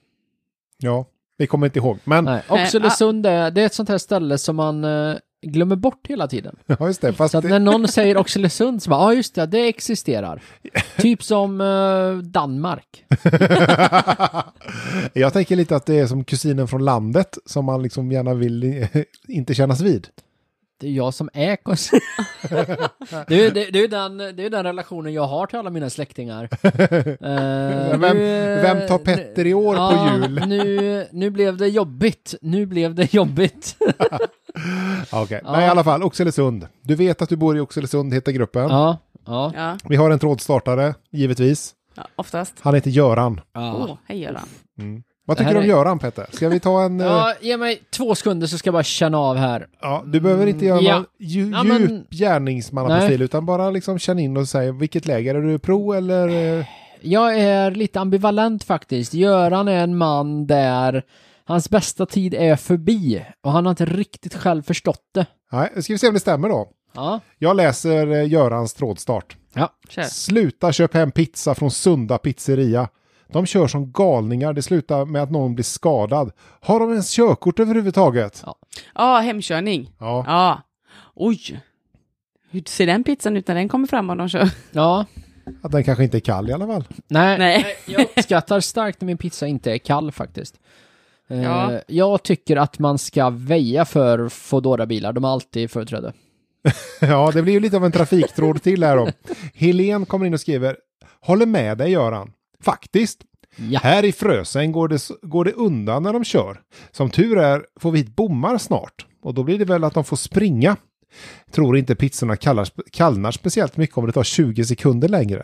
[SPEAKER 2] Ja, vi kommer inte ihåg. Men,
[SPEAKER 1] Nej, Oxelösund är, det är ett sånt här ställe som man eh, glömmer bort hela tiden.
[SPEAKER 2] <laughs> ja just det. Fast
[SPEAKER 1] Så att när någon säger Oxelösund så bara, ja ah, just det,
[SPEAKER 2] <laughs>
[SPEAKER 1] det existerar. typ som eh, Danmark.
[SPEAKER 2] det, jag tänker lite att det är som kusinen från landet som man liksom gärna vill eh, <laughs> inte kännas vid.
[SPEAKER 1] Det är jag som är kus- <laughs> det, är, det, det, är den, det är den relationen jag har till alla
[SPEAKER 2] <laughs>
[SPEAKER 1] mina släktingar. Eh,
[SPEAKER 2] Vem,
[SPEAKER 1] nu, eh,
[SPEAKER 2] vem tar Petter i år
[SPEAKER 1] Ja,
[SPEAKER 2] på
[SPEAKER 1] <laughs>
[SPEAKER 2] jul?
[SPEAKER 1] Nu, nu blev det jobbigt. Nu blev det jobbigt.
[SPEAKER 2] Ja, Okej, men i alla fall Oxelösund. Du vet att du bor i Oxelösund, heter gruppen.
[SPEAKER 1] ja, ja.
[SPEAKER 3] Ja.
[SPEAKER 2] Vi har en trådstartare, givetvis.
[SPEAKER 3] Ja, oftast.
[SPEAKER 2] Han heter Göran.
[SPEAKER 3] Åh, hej Göran.
[SPEAKER 2] Mm. Vad
[SPEAKER 1] Det här
[SPEAKER 2] tycker du om
[SPEAKER 1] är-
[SPEAKER 2] Göran Petter? Ska vi ta
[SPEAKER 1] <laughs>
[SPEAKER 2] en... eh, Ja.
[SPEAKER 1] Ja, ge mig två sekunder så ska jag bara känna av här.
[SPEAKER 2] du behöver inte göra
[SPEAKER 1] Mm, ja.
[SPEAKER 2] någon dju-
[SPEAKER 1] Ja, men-
[SPEAKER 2] djup gärningsmannaprofil utan bara liksom känna in och säga vilket läger är du pro eller... eh,
[SPEAKER 1] Jag är lite ambivalent faktiskt. Göran är en man där hans bästa tid är förbi och han har inte riktigt själv förstått det.
[SPEAKER 2] Nej, ska vi se om det stämmer då.
[SPEAKER 1] Ja,
[SPEAKER 2] Jag läser eh, Görans trådstart.
[SPEAKER 3] Kör.
[SPEAKER 2] Sluta köp hem pizza från Sunda pizzeria. De kör som galningar, det slutar med att någon blir skadad. Har de ens körkort överhuvudtaget?
[SPEAKER 3] Ja, hemkörning.
[SPEAKER 2] Ja.
[SPEAKER 3] Ja. Oj. Hur ser den pizzan ut när den kommer fram om de kör?
[SPEAKER 1] ja.
[SPEAKER 2] Att den kanske inte är kall i alla fall.
[SPEAKER 1] Nej,
[SPEAKER 3] <laughs> Nej.
[SPEAKER 1] jag uppskattar starkt när min pizza inte är kall faktiskt. Eh,
[SPEAKER 3] Ja.
[SPEAKER 1] Jag tycker att man ska väja för Foodora-bilar, de är alltid företräde.
[SPEAKER 2] Ja, det blir ju lite av en trafiktråd till här då. Helen kommer in och skriver, håller med dig Göran. Faktiskt.
[SPEAKER 1] Ja.
[SPEAKER 2] Här i Frösön går det, går det undan när de kör. Som tur är får vi hit bommar snart. Och då blir det väl att de får springa. Tror inte pizzorna kallar, kallnar speciellt mycket om det tar 20 sekunder längre.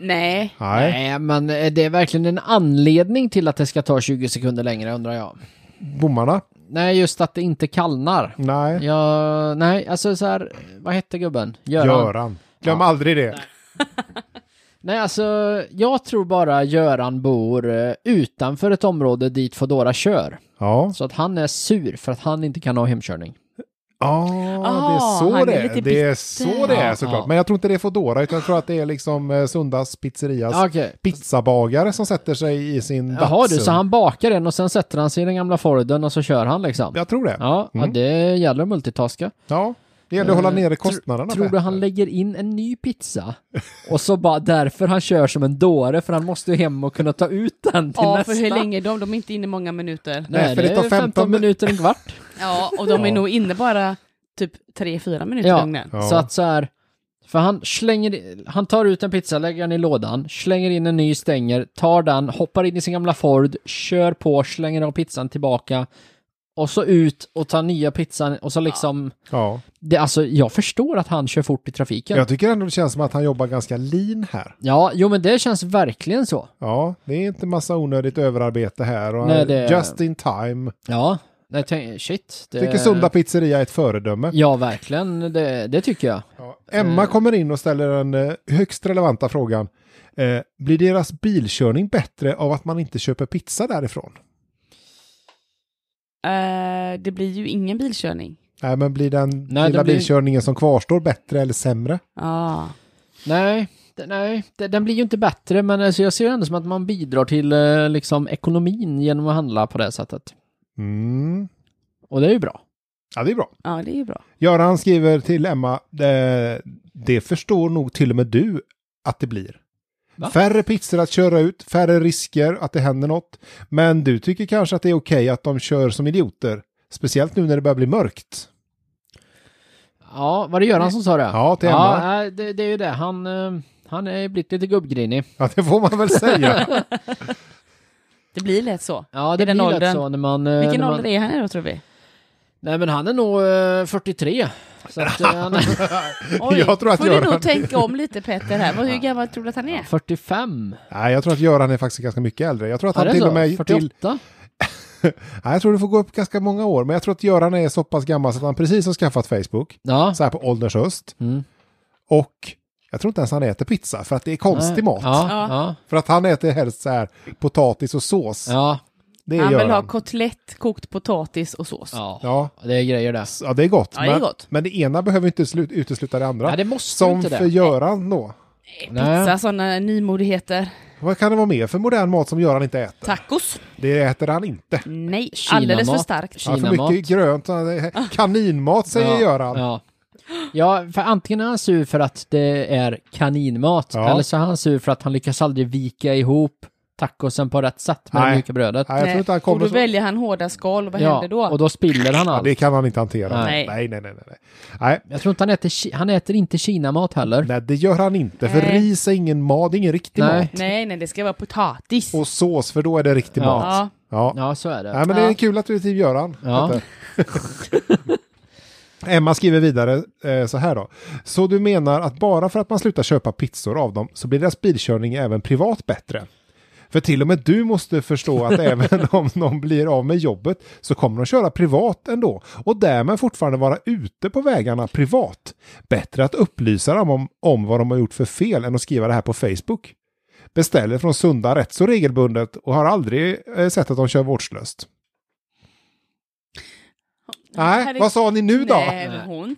[SPEAKER 3] Nej.
[SPEAKER 2] Nej,
[SPEAKER 1] Nej, men är det är verkligen en anledning till att det ska ta 20 sekunder längre undrar jag.
[SPEAKER 2] bommarna?
[SPEAKER 1] Nej, just att det inte kallnar.
[SPEAKER 2] Nej.
[SPEAKER 1] Ja, nej, alltså så här, vad hette gubben? Göran.
[SPEAKER 2] Göran. Glöm aldrig det.
[SPEAKER 1] Nej, alltså jag tror bara Göran bor eh, utanför ett område dit Foodora kör.
[SPEAKER 2] Ja.
[SPEAKER 1] Så att han är sur för att han inte kan ha hemkörning.
[SPEAKER 2] Ja, det
[SPEAKER 3] Ah,
[SPEAKER 2] är så
[SPEAKER 3] han är
[SPEAKER 2] det
[SPEAKER 3] lite
[SPEAKER 2] är. Det är
[SPEAKER 3] bitter.
[SPEAKER 2] så det är
[SPEAKER 1] Ja,
[SPEAKER 2] såklart.
[SPEAKER 1] ja.
[SPEAKER 2] Men jag tror inte det är Foodora, utan jag tror att det är liksom eh, Sundas pizzerias
[SPEAKER 1] Okej.
[SPEAKER 2] pizzabagare som sätter sig i sin
[SPEAKER 1] Jaha du, så han bakar en och sen sätter han sig i den gamla Forden och så kör han liksom? Ja,
[SPEAKER 2] Jag tror det. Ja,
[SPEAKER 1] ja,
[SPEAKER 2] Mm.
[SPEAKER 1] det gäller att multitaska.
[SPEAKER 2] det gäller att hålla
[SPEAKER 1] Eh,
[SPEAKER 2] nere
[SPEAKER 1] tr-
[SPEAKER 2] kostnaderna.
[SPEAKER 1] Tror du
[SPEAKER 2] Petter.
[SPEAKER 1] han lägger in en ny pizza? Och så bara därför han kör som en dåre för han måste ju hem och kunna ta ut den till
[SPEAKER 3] Ja,
[SPEAKER 1] nästa.
[SPEAKER 3] för hur länge är de? De är inte inne många minuter.
[SPEAKER 1] Nej, för det tar 15,
[SPEAKER 2] 15
[SPEAKER 1] minuter, en kvart.
[SPEAKER 3] Ja, och de är
[SPEAKER 2] Ja.
[SPEAKER 3] nog inne bara typ tre fyra minuter
[SPEAKER 1] Ja.
[SPEAKER 3] i ugnen.
[SPEAKER 2] Ja.
[SPEAKER 1] Så att så här, för han slänger, i- han tar ut en pizza, lägger den i lådan, slänger in en ny, stänger, tar den, hoppar in i sin gamla Ford, kör på, slänger av pizzan tillbaka och så ut och tar nya pizzan och så liksom,
[SPEAKER 2] Ja.
[SPEAKER 1] det, alltså jag förstår att han kör fort i trafiken. Ja.
[SPEAKER 2] Jag tycker ändå det känns som att han jobbar ganska lean här.
[SPEAKER 1] jo men det känns verkligen så.
[SPEAKER 2] Ja, det är inte massa onödigt överarbete här. Och
[SPEAKER 1] Nej, det-
[SPEAKER 2] Just in time.
[SPEAKER 1] Ja, nej, tänk, shit. Det,
[SPEAKER 2] Tycker Sunda pizzeria är ett föredöme.
[SPEAKER 1] Eh. Ja, Eh. verkligen, det, det tycker jag.
[SPEAKER 2] Ja. Emma kommer in och ställer den eh, högst relevanta frågan. Eh, blir deras bilkörning bättre av att man inte köper pizza därifrån?
[SPEAKER 3] Eh, det blir ju ingen bilkörning.
[SPEAKER 2] Nej, men blir den
[SPEAKER 1] Nej,
[SPEAKER 2] lilla
[SPEAKER 1] den blir-
[SPEAKER 2] bilkörningen som kvarstår bättre eller sämre?
[SPEAKER 3] Ja.
[SPEAKER 1] Nej, det, nej det, den blir ju inte bättre, men alltså, jag ser det ändå som att man bidrar till eh, liksom, ekonomin genom att handla på det sättet.
[SPEAKER 2] Mm.
[SPEAKER 1] Och det är ju bra.
[SPEAKER 2] Ja, det är bra.
[SPEAKER 3] ja, det är ju bra.
[SPEAKER 2] Göran skriver till Emma, eh, det förstår nog till och med du att det blir.
[SPEAKER 1] Va?
[SPEAKER 2] Färre pizzor att köra ut, färre risker att det händer något. Men du tycker kanske att det är okej att de kör som idioter. Speciellt nu när det börjar bli mörkt.
[SPEAKER 1] Ja, var det Göran som sa det?
[SPEAKER 2] Ja, till
[SPEAKER 1] ja
[SPEAKER 2] Emma.
[SPEAKER 1] nej, det, det är ju det. Han, eh, han är blivit lite gubbgrinig.
[SPEAKER 2] Ja, det får man väl
[SPEAKER 1] <laughs>
[SPEAKER 2] säga.
[SPEAKER 3] Det blir lätt så.
[SPEAKER 2] Eh,
[SPEAKER 1] Ja, det
[SPEAKER 3] den
[SPEAKER 1] blir lätt
[SPEAKER 3] åldern?
[SPEAKER 1] så när man... eh,
[SPEAKER 3] Vilken
[SPEAKER 1] när man,
[SPEAKER 3] ålder är han i då tror vi?
[SPEAKER 1] Nej, men han är nog eh, 43. Så att, eh, han
[SPEAKER 3] <laughs>
[SPEAKER 1] är
[SPEAKER 3] Oj,
[SPEAKER 2] <laughs> Jag tror att
[SPEAKER 3] får
[SPEAKER 2] Göran-
[SPEAKER 3] du nog tänka om lite Petter här. Vad- Hur gammal tror du att han är?
[SPEAKER 1] 45.
[SPEAKER 2] Nej, jag tror att Göran är faktiskt ganska mycket äldre. Jag tror att
[SPEAKER 1] Är
[SPEAKER 2] han
[SPEAKER 1] det
[SPEAKER 2] till
[SPEAKER 1] så?
[SPEAKER 2] och med... Till,
[SPEAKER 1] 48?
[SPEAKER 2] nej, jag tror det får gå upp ganska många år. Men jag tror att Göran är så pass gammal så att han precis har skaffat Facebook.
[SPEAKER 1] Ja.
[SPEAKER 2] Så här på ålderns höst.
[SPEAKER 1] Mm.
[SPEAKER 2] Och jag tror inte ens han äter pizza för att det är konstig mat.
[SPEAKER 1] Ja,
[SPEAKER 3] Ja.
[SPEAKER 1] ja,
[SPEAKER 2] För att han äter helst så här potatis och sås.
[SPEAKER 1] ja,
[SPEAKER 2] Det
[SPEAKER 3] Han
[SPEAKER 2] gör
[SPEAKER 3] vill ha
[SPEAKER 2] han.
[SPEAKER 3] kotlett, kokt potatis och sås.
[SPEAKER 1] ja.
[SPEAKER 2] Ja.
[SPEAKER 1] Det är grejer det.
[SPEAKER 2] ja, det är gott.
[SPEAKER 3] Ja, det är
[SPEAKER 2] men-
[SPEAKER 3] gott.
[SPEAKER 2] Men det ena behöver inte slu- utesluta det andra.
[SPEAKER 1] Nej, det måste ju
[SPEAKER 2] Som
[SPEAKER 1] inte det.
[SPEAKER 2] för Göran då.
[SPEAKER 1] Nej.
[SPEAKER 3] Pizza, sådana nymodigheter.
[SPEAKER 2] Vad kan det vara mer för modern mat som Göran inte äter?
[SPEAKER 3] Tacos?
[SPEAKER 2] Det äter han inte.
[SPEAKER 3] Nej,
[SPEAKER 1] Kinamat.
[SPEAKER 3] alldeles för starkt.
[SPEAKER 2] Ja, för
[SPEAKER 1] Kinamat.
[SPEAKER 2] mycket grönt. Kaninmat säger
[SPEAKER 1] ja,
[SPEAKER 2] Göran.
[SPEAKER 1] Ja. ja, för antingen är han sur för att det är kaninmat,
[SPEAKER 2] Ja.
[SPEAKER 1] eller så är han sur för att han lyckas aldrig vika ihop tacosen på rätt sätt med det
[SPEAKER 2] Nej.
[SPEAKER 1] mjuka brödet.
[SPEAKER 2] Nej, jag tror inte han
[SPEAKER 3] och då
[SPEAKER 2] kommer så...
[SPEAKER 3] väljer han hårda skal och vad
[SPEAKER 1] ja,
[SPEAKER 3] händer då?
[SPEAKER 1] och då spiller han
[SPEAKER 2] Ja, det
[SPEAKER 1] allt.
[SPEAKER 2] kan han inte hantera.
[SPEAKER 3] Nej.
[SPEAKER 2] Nej, nej, nej. nej, nej. nej.
[SPEAKER 1] Jag tror inte han äter, ki- han äter inte kinamat heller.
[SPEAKER 2] Nej, det gör han inte. För
[SPEAKER 3] Nej.
[SPEAKER 2] ris är ingen mat, det är ingen riktig
[SPEAKER 1] Nej.
[SPEAKER 2] mat.
[SPEAKER 3] Nej, nej, det ska vara potatis.
[SPEAKER 2] Och sås, för då är det riktig
[SPEAKER 1] Ja.
[SPEAKER 2] mat.
[SPEAKER 3] Ja.
[SPEAKER 2] Ja.
[SPEAKER 1] Ja, så är det.
[SPEAKER 2] Nej, men Typ det är
[SPEAKER 3] Ja.
[SPEAKER 2] kul att du är till Göran.
[SPEAKER 1] Ja.
[SPEAKER 2] Petter. Emma skriver vidare eh, så här då. Så du menar att bara för att man slutar köpa pizzor av dem så blir deras bilkörning även privat bättre? För till och med du måste förstå att även om någon blir av med jobbet så kommer de köra privat ändå och därmed fortfarande vara ute på vägarna privat. Bättre att upplysa dem om, om vad de har gjort för fel än att skriva det här på Facebook. Beställer från Sunda rätt så regelbundet och har aldrig eh, sett att de kör vårdslöst. Nej,
[SPEAKER 3] Herregud.
[SPEAKER 2] vad sa ni nu då?
[SPEAKER 3] Nej, men hon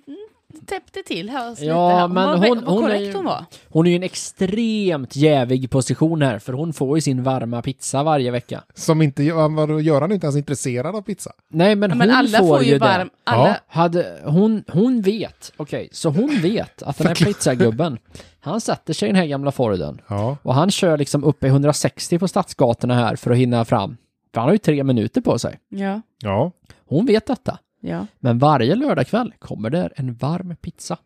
[SPEAKER 3] täppte till här oss
[SPEAKER 1] Ja,
[SPEAKER 3] lite. Här. Hon
[SPEAKER 1] men
[SPEAKER 3] var,
[SPEAKER 1] hon-
[SPEAKER 3] vad
[SPEAKER 1] hon är
[SPEAKER 3] korrekt
[SPEAKER 1] ju-
[SPEAKER 3] hon var.
[SPEAKER 1] Hon är ju i en extremt jävig position här, för hon får ju sin varma pizza varje vecka.
[SPEAKER 2] Som inte, vadå, Göran är inte ens intresserad av pizza.
[SPEAKER 1] Nej, men,
[SPEAKER 3] Ja, men
[SPEAKER 1] hon
[SPEAKER 3] alla
[SPEAKER 1] får, ju
[SPEAKER 3] varm...
[SPEAKER 1] det.
[SPEAKER 3] Alla...
[SPEAKER 2] Ja.
[SPEAKER 1] Hade, hon, hon vet, okej, så hon vet att den här pizzagubben, han sätter sig i den här gamla Forden.
[SPEAKER 2] Ja.
[SPEAKER 1] Och han kör liksom upp i 160 på stadsgatorna här för att hinna fram. För han har ju tre minuter på sig.
[SPEAKER 3] Ja,
[SPEAKER 2] Ja.
[SPEAKER 1] Hon vet detta.
[SPEAKER 3] ja.
[SPEAKER 1] Men varje lördagkväll kommer det en varm pizza.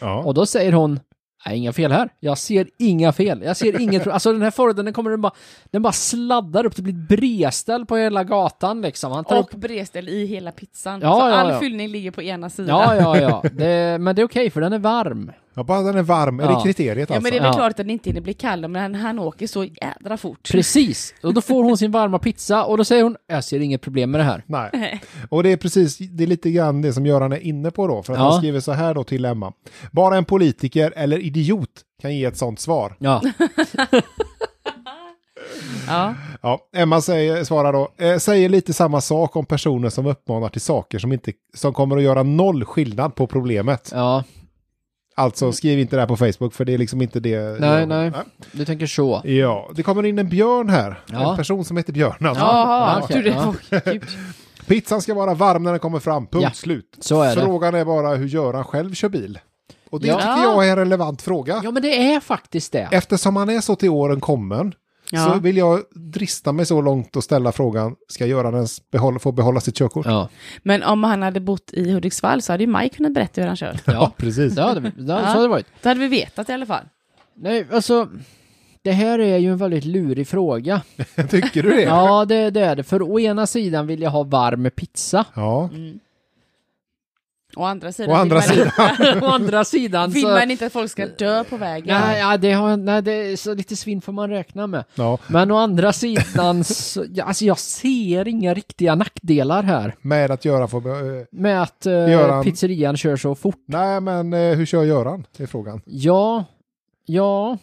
[SPEAKER 2] ja.
[SPEAKER 1] Och då säger hon, nej inga fel här. Jag ser inga fel. Jag ser inget pro-" Alltså den här Forden, den kommer den bara, den bara sladdar upp. Det blir ett bredställ på hela gatan liksom. Han tar
[SPEAKER 3] Och
[SPEAKER 1] upp...
[SPEAKER 3] bredställ i hela pizzan.
[SPEAKER 1] Ja,
[SPEAKER 3] så
[SPEAKER 1] ja,
[SPEAKER 3] all
[SPEAKER 1] ja.
[SPEAKER 3] fyllning ligger på ena
[SPEAKER 1] Ja,
[SPEAKER 3] sidan.
[SPEAKER 1] ja, ja. Det, men det är okej för den är varm.
[SPEAKER 2] ja, bara den är varm. Är
[SPEAKER 1] Ja.
[SPEAKER 2] det kriteriet
[SPEAKER 3] Ja,
[SPEAKER 2] alltså?
[SPEAKER 3] men det är väl
[SPEAKER 1] Ja.
[SPEAKER 3] klart att den inte hinner bli kall, men han, han åker så jädra fort.
[SPEAKER 1] Precis. Och då får hon sin varma pizza och då säger hon, jag ser inget problem med det här.
[SPEAKER 2] Nej. Och det är precis, det är lite grann det som Göran är inne på då. För att
[SPEAKER 1] Ja.
[SPEAKER 2] han skriver så här då till Emma. Bara en politiker eller idiot kan ge ett sånt svar.
[SPEAKER 1] Ja,
[SPEAKER 3] Ja.
[SPEAKER 2] Ja, Emma säger, svarar då, eh, säger lite samma sak om personer som uppmanar till saker som, inte, som kommer att göra noll skillnad på problemet.
[SPEAKER 1] <laughs> ja.
[SPEAKER 2] Alltså skriv inte det här på Facebook för det är liksom inte det.
[SPEAKER 1] Nej, nej. Du tänker så.
[SPEAKER 2] Ja, det kommer in en björn här.
[SPEAKER 1] Ja.
[SPEAKER 2] En person som heter Björn alltså.
[SPEAKER 3] Jaha,
[SPEAKER 1] okej,
[SPEAKER 3] du, det
[SPEAKER 1] ja.
[SPEAKER 3] var gud.
[SPEAKER 2] Pizzan ska vara varm när den kommer fram, punkt
[SPEAKER 1] Ja,
[SPEAKER 2] slut.
[SPEAKER 1] så är det.
[SPEAKER 2] Frågan är bara hur Göran själv kör bil. Och det
[SPEAKER 1] Ja.
[SPEAKER 2] tycker jag är en relevant fråga.
[SPEAKER 1] Ja, men det är faktiskt det.
[SPEAKER 2] Eftersom han är så till åren kommen
[SPEAKER 3] Ja.
[SPEAKER 2] så vill jag drista mig så långt och ställa frågan, ska Göran ens behålla, få behålla sitt körkort?
[SPEAKER 1] Ja,
[SPEAKER 3] Men om han hade bott i Hudiksvall så hade ju Maj kunnat berätta hur han kör.
[SPEAKER 1] ja.
[SPEAKER 2] precis.
[SPEAKER 1] Det hade, vi- det, så hade det varit.
[SPEAKER 3] Då hade vi vetat i alla fall.
[SPEAKER 1] Nej, alltså. Det här är ju en väldigt lurig fråga.
[SPEAKER 2] <laughs> Tycker du det?
[SPEAKER 1] Ja, det, det är det. För å ena sidan vill jag ha varm pizza.
[SPEAKER 2] Ja.
[SPEAKER 3] Mm. Å andra sidan,
[SPEAKER 2] Å andra
[SPEAKER 3] vill, man,
[SPEAKER 2] sidan,
[SPEAKER 1] å andra sidan
[SPEAKER 3] vill
[SPEAKER 1] så...
[SPEAKER 3] man inte att folk ska dö på vägen.
[SPEAKER 1] Nej, ja, det har, nej det är så lite svinn får man räkna med.
[SPEAKER 2] ja,
[SPEAKER 1] Men å andra sidan så, ja, alltså jag ser inga riktiga nackdelar här
[SPEAKER 2] med att Göran får... be- eh,
[SPEAKER 1] med att eh,
[SPEAKER 2] Göran.
[SPEAKER 1] pizzerian kör så fort.
[SPEAKER 2] Nej, men eh, hur kör Göran? Det är frågan.
[SPEAKER 1] Ja, ja.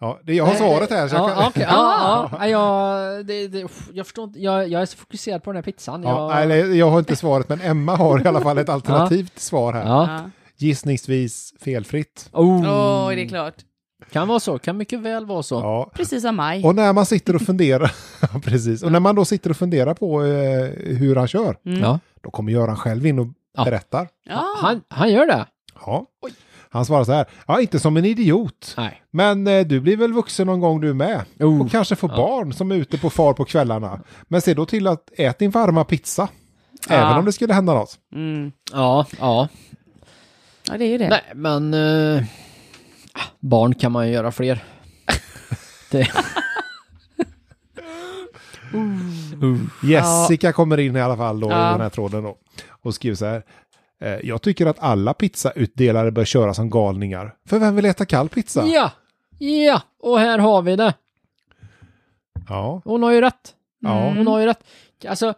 [SPEAKER 2] Ja, det, jag har
[SPEAKER 1] Nej,
[SPEAKER 2] svaret här. Så jag
[SPEAKER 1] Eh, ja,
[SPEAKER 2] kan...
[SPEAKER 1] okej,
[SPEAKER 3] <laughs>
[SPEAKER 1] ja, ja, ja, jag- det, det, uff, jag förstår inte, jag, jag är så fokuserad på den här pizzan.
[SPEAKER 2] <laughs> Ja,
[SPEAKER 1] jag,
[SPEAKER 2] nej, jag har inte svaret, men Emma har i alla fall ett alternativt svar här.
[SPEAKER 1] ja.
[SPEAKER 3] Ja.
[SPEAKER 2] Gissningsvis felfritt.
[SPEAKER 1] Oh,
[SPEAKER 3] Åh, det är klart.
[SPEAKER 1] Kan vara så, kan mycket väl vara så.
[SPEAKER 2] Ja.
[SPEAKER 3] Precis som Maj.
[SPEAKER 2] Och när man sitter och funderar, <laughs> Ja, precis, och när man då sitter och funderar på eh, hur han kör,
[SPEAKER 1] Ja.
[SPEAKER 2] då kommer Göran själv in och
[SPEAKER 1] Mm. Ja.
[SPEAKER 2] berättar.
[SPEAKER 3] Ja.
[SPEAKER 1] Han, han gör det?
[SPEAKER 2] Ja. Han svarar så här, ja inte som en idiot,
[SPEAKER 1] Nej.
[SPEAKER 2] men eh, du blir väl vuxen någon gång du med.
[SPEAKER 1] Oh.
[SPEAKER 2] Och kanske får barn som är ute på far på kvällarna. Men se då till att ät din varma pizza, även om det skulle hända något.
[SPEAKER 3] Mm.
[SPEAKER 1] Ja, ja.
[SPEAKER 3] ja, det är ju det.
[SPEAKER 1] Nej, men... eh, ah, barn kan man ju
[SPEAKER 2] <laughs>
[SPEAKER 1] göra fler. det,
[SPEAKER 2] Jessica kommer in i alla fall då
[SPEAKER 3] Ja.
[SPEAKER 2] i den här tråden då. Och skriver så här. eh, Jag tycker att alla pizzautdelare bör köra som galningar. För vem vill äta kall pizza?
[SPEAKER 1] ja, ja, och här har vi det.
[SPEAKER 2] Ja.
[SPEAKER 1] Hon har ju rätt.
[SPEAKER 2] Ja.
[SPEAKER 1] Hon har ju rätt. Alltså,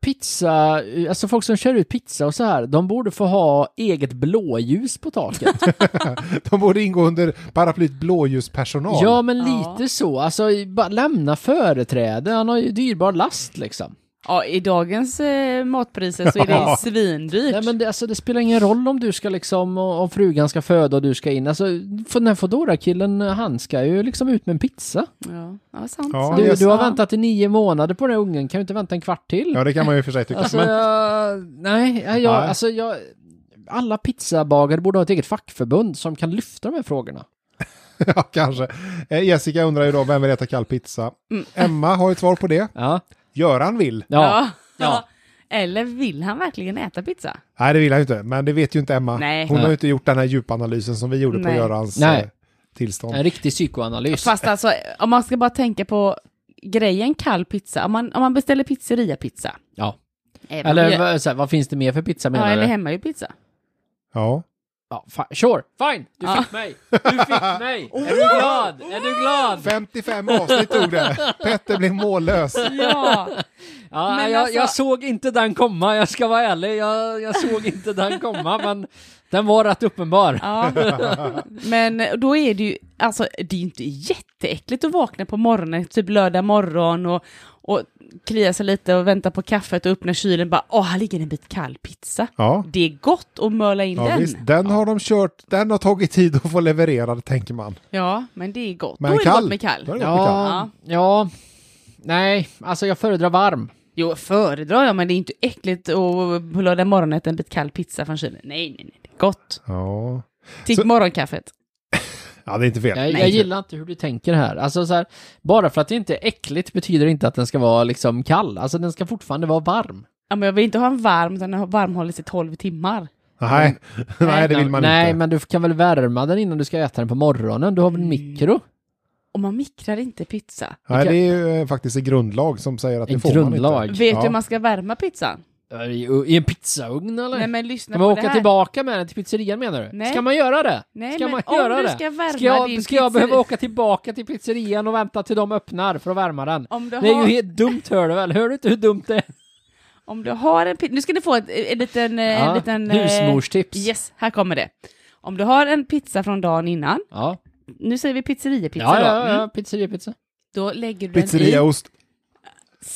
[SPEAKER 1] pizza, alltså folk som kör ut pizza och så här, de borde få ha eget blåljus på taket.
[SPEAKER 2] De borde ingå under paraplyt blåljuspersonal.
[SPEAKER 1] ja, men
[SPEAKER 3] Ja.
[SPEAKER 1] lite så. Alltså, bara lämna företräde. Han har ju dyrbar last liksom.
[SPEAKER 3] Ja, I dagens eh, matpriser så är
[SPEAKER 2] <laughs>
[SPEAKER 3] det
[SPEAKER 2] Ja.
[SPEAKER 3] svindyrt.
[SPEAKER 1] Nej, men det, alltså, det spelar ingen roll om du ska liksom, och- om frugan ska föda och du ska in. Alltså, för den här Foodora-killen, han ska ju liksom ut med en pizza.
[SPEAKER 3] Ja, ja sant.
[SPEAKER 2] Ja,
[SPEAKER 3] sant.
[SPEAKER 1] Du,
[SPEAKER 2] just-
[SPEAKER 1] du har väntat i nio månader på den här ungen, kan du inte vänta en kvart till?
[SPEAKER 2] Ja, det kan man ju i och för sig tycka.
[SPEAKER 1] Alltså,
[SPEAKER 2] men,
[SPEAKER 1] jag, nej, jag, jag,
[SPEAKER 2] Nej.
[SPEAKER 1] alltså jag, alla pizzabagare borde ha ett eget fackförbund som kan lyfta de här frågorna.
[SPEAKER 2] <laughs> ja, kanske. Eh, Jessica undrar ju då, vem vill äta kall pizza? Emma har ett svar på det.
[SPEAKER 1] Ja,
[SPEAKER 2] Göran vill.
[SPEAKER 1] ja, ja.
[SPEAKER 3] Eller vill han verkligen äta pizza?
[SPEAKER 2] Nej, det vill han ju inte. Men det vet ju inte Emma.
[SPEAKER 3] Nej.
[SPEAKER 2] Hon har
[SPEAKER 1] Nej.
[SPEAKER 2] ju inte gjort den här djupanalysen som vi gjorde på
[SPEAKER 3] Nej.
[SPEAKER 2] Görans
[SPEAKER 1] Nej.
[SPEAKER 2] eh, tillstånd.
[SPEAKER 1] en riktig psykoanalys.
[SPEAKER 3] Fast alltså, om man ska bara tänka på grejen kall pizza, om man, om man beställer pizzeria-pizza,
[SPEAKER 1] Ja.
[SPEAKER 3] Även om
[SPEAKER 1] Eller
[SPEAKER 3] jag-
[SPEAKER 1] vad- så här, vad finns det mer för pizza
[SPEAKER 3] ja,
[SPEAKER 1] menar
[SPEAKER 3] eller
[SPEAKER 1] du?
[SPEAKER 3] hemmagjord pizza.
[SPEAKER 2] Ja.
[SPEAKER 1] Ja, fa- sure, fine! Du
[SPEAKER 3] Ja.
[SPEAKER 1] fick mig! Du fick
[SPEAKER 2] <laughs>
[SPEAKER 1] mig! Är du glad? Är du glad?
[SPEAKER 2] 55 avsnitt tog det. Petter blev mållös.
[SPEAKER 3] Ja,
[SPEAKER 1] Ja,
[SPEAKER 3] Men
[SPEAKER 1] jag,
[SPEAKER 3] alltså-
[SPEAKER 1] jag såg inte den komma, jag ska vara ärlig. Jag, jag såg inte den komma, men den var rätt uppenbar.
[SPEAKER 3] <laughs> ja. Men då är det ju, alltså det är ju inte jätteäckligt att vakna på morgonen, typ lördag morgon och, och klia sig lite och vänta på kaffet och öppna kylen och bara, åh, här ligger en bit kall pizza.
[SPEAKER 2] Ja.
[SPEAKER 3] Det är gott att möla in
[SPEAKER 2] Ja,
[SPEAKER 3] den.
[SPEAKER 2] visst. Den har de kört, den har tagit tid att få levererad tänker man.
[SPEAKER 3] Ja, men det är gott.
[SPEAKER 2] Men
[SPEAKER 3] då är det
[SPEAKER 2] kall.
[SPEAKER 3] gott med kall.
[SPEAKER 2] Då är det gott med kall.
[SPEAKER 1] Ja, ja. Nej, alltså jag föredrar varm.
[SPEAKER 3] Jo, föredrar jag, men det är inte äckligt att på lördag morgon äta en bit kall pizza från kylen. Nej, nej, nej, det är gott.
[SPEAKER 2] Ja.
[SPEAKER 3] Till
[SPEAKER 2] Så-
[SPEAKER 3] morgonkaffet.
[SPEAKER 2] ja, det är inte fel.
[SPEAKER 1] Jag, jag gillar inte hur du tänker här. Alltså så här, bara för att det inte är äckligt betyder det inte att den ska vara liksom kall. Alltså den ska fortfarande vara varm.
[SPEAKER 3] Ja, men jag vill inte ha en varm, utan den har varmhållits i 12 timmar.
[SPEAKER 2] Nej. Nej, det vill man
[SPEAKER 1] Nej,
[SPEAKER 2] inte. Mm.
[SPEAKER 1] men du kan väl värma den innan du ska äta den på morgonen? Du har väl en mikro?
[SPEAKER 3] Och man mikrar inte pizza.
[SPEAKER 2] Nej, det är ju eh, faktiskt en grundlag som säger att det
[SPEAKER 1] En
[SPEAKER 2] får man
[SPEAKER 1] grundlag.
[SPEAKER 2] inte.
[SPEAKER 3] Vet du
[SPEAKER 2] Ja.
[SPEAKER 3] hur man ska värma pizzan?
[SPEAKER 1] I, I en pizzaugn eller?
[SPEAKER 3] Nej, men lyssna
[SPEAKER 1] Ska man
[SPEAKER 3] på
[SPEAKER 1] åka
[SPEAKER 3] det här.
[SPEAKER 1] tillbaka med den till pizzerian menar du?
[SPEAKER 3] Nej.
[SPEAKER 1] Ska man göra det?
[SPEAKER 3] Nej,
[SPEAKER 1] ska
[SPEAKER 3] men
[SPEAKER 1] man
[SPEAKER 3] om
[SPEAKER 1] göra
[SPEAKER 3] du
[SPEAKER 1] det?
[SPEAKER 3] ska värma
[SPEAKER 1] ska jag,
[SPEAKER 3] din
[SPEAKER 1] ska jag
[SPEAKER 3] pizzeria-
[SPEAKER 1] behöva åka tillbaka till pizzerian och vänta till de öppnar för att värma den?
[SPEAKER 3] Om du,
[SPEAKER 1] Det är
[SPEAKER 3] har,
[SPEAKER 1] ju helt dumt hör du väl? Hör du inte hur dumt det är?
[SPEAKER 3] om du har en pizza... Nu ska ni få ett, en liten... eh, en liten eh,
[SPEAKER 1] husmorstips.
[SPEAKER 3] Yes, här kommer det. Om du har en pizza från dagen innan,
[SPEAKER 1] Ja.
[SPEAKER 3] nu säger vi pizzeriapizza
[SPEAKER 1] Ja,
[SPEAKER 3] då.
[SPEAKER 1] ja,
[SPEAKER 3] Mm.
[SPEAKER 1] ja, pizzeria, pizza.
[SPEAKER 3] Då lägger du den i
[SPEAKER 2] Pizzeriaost.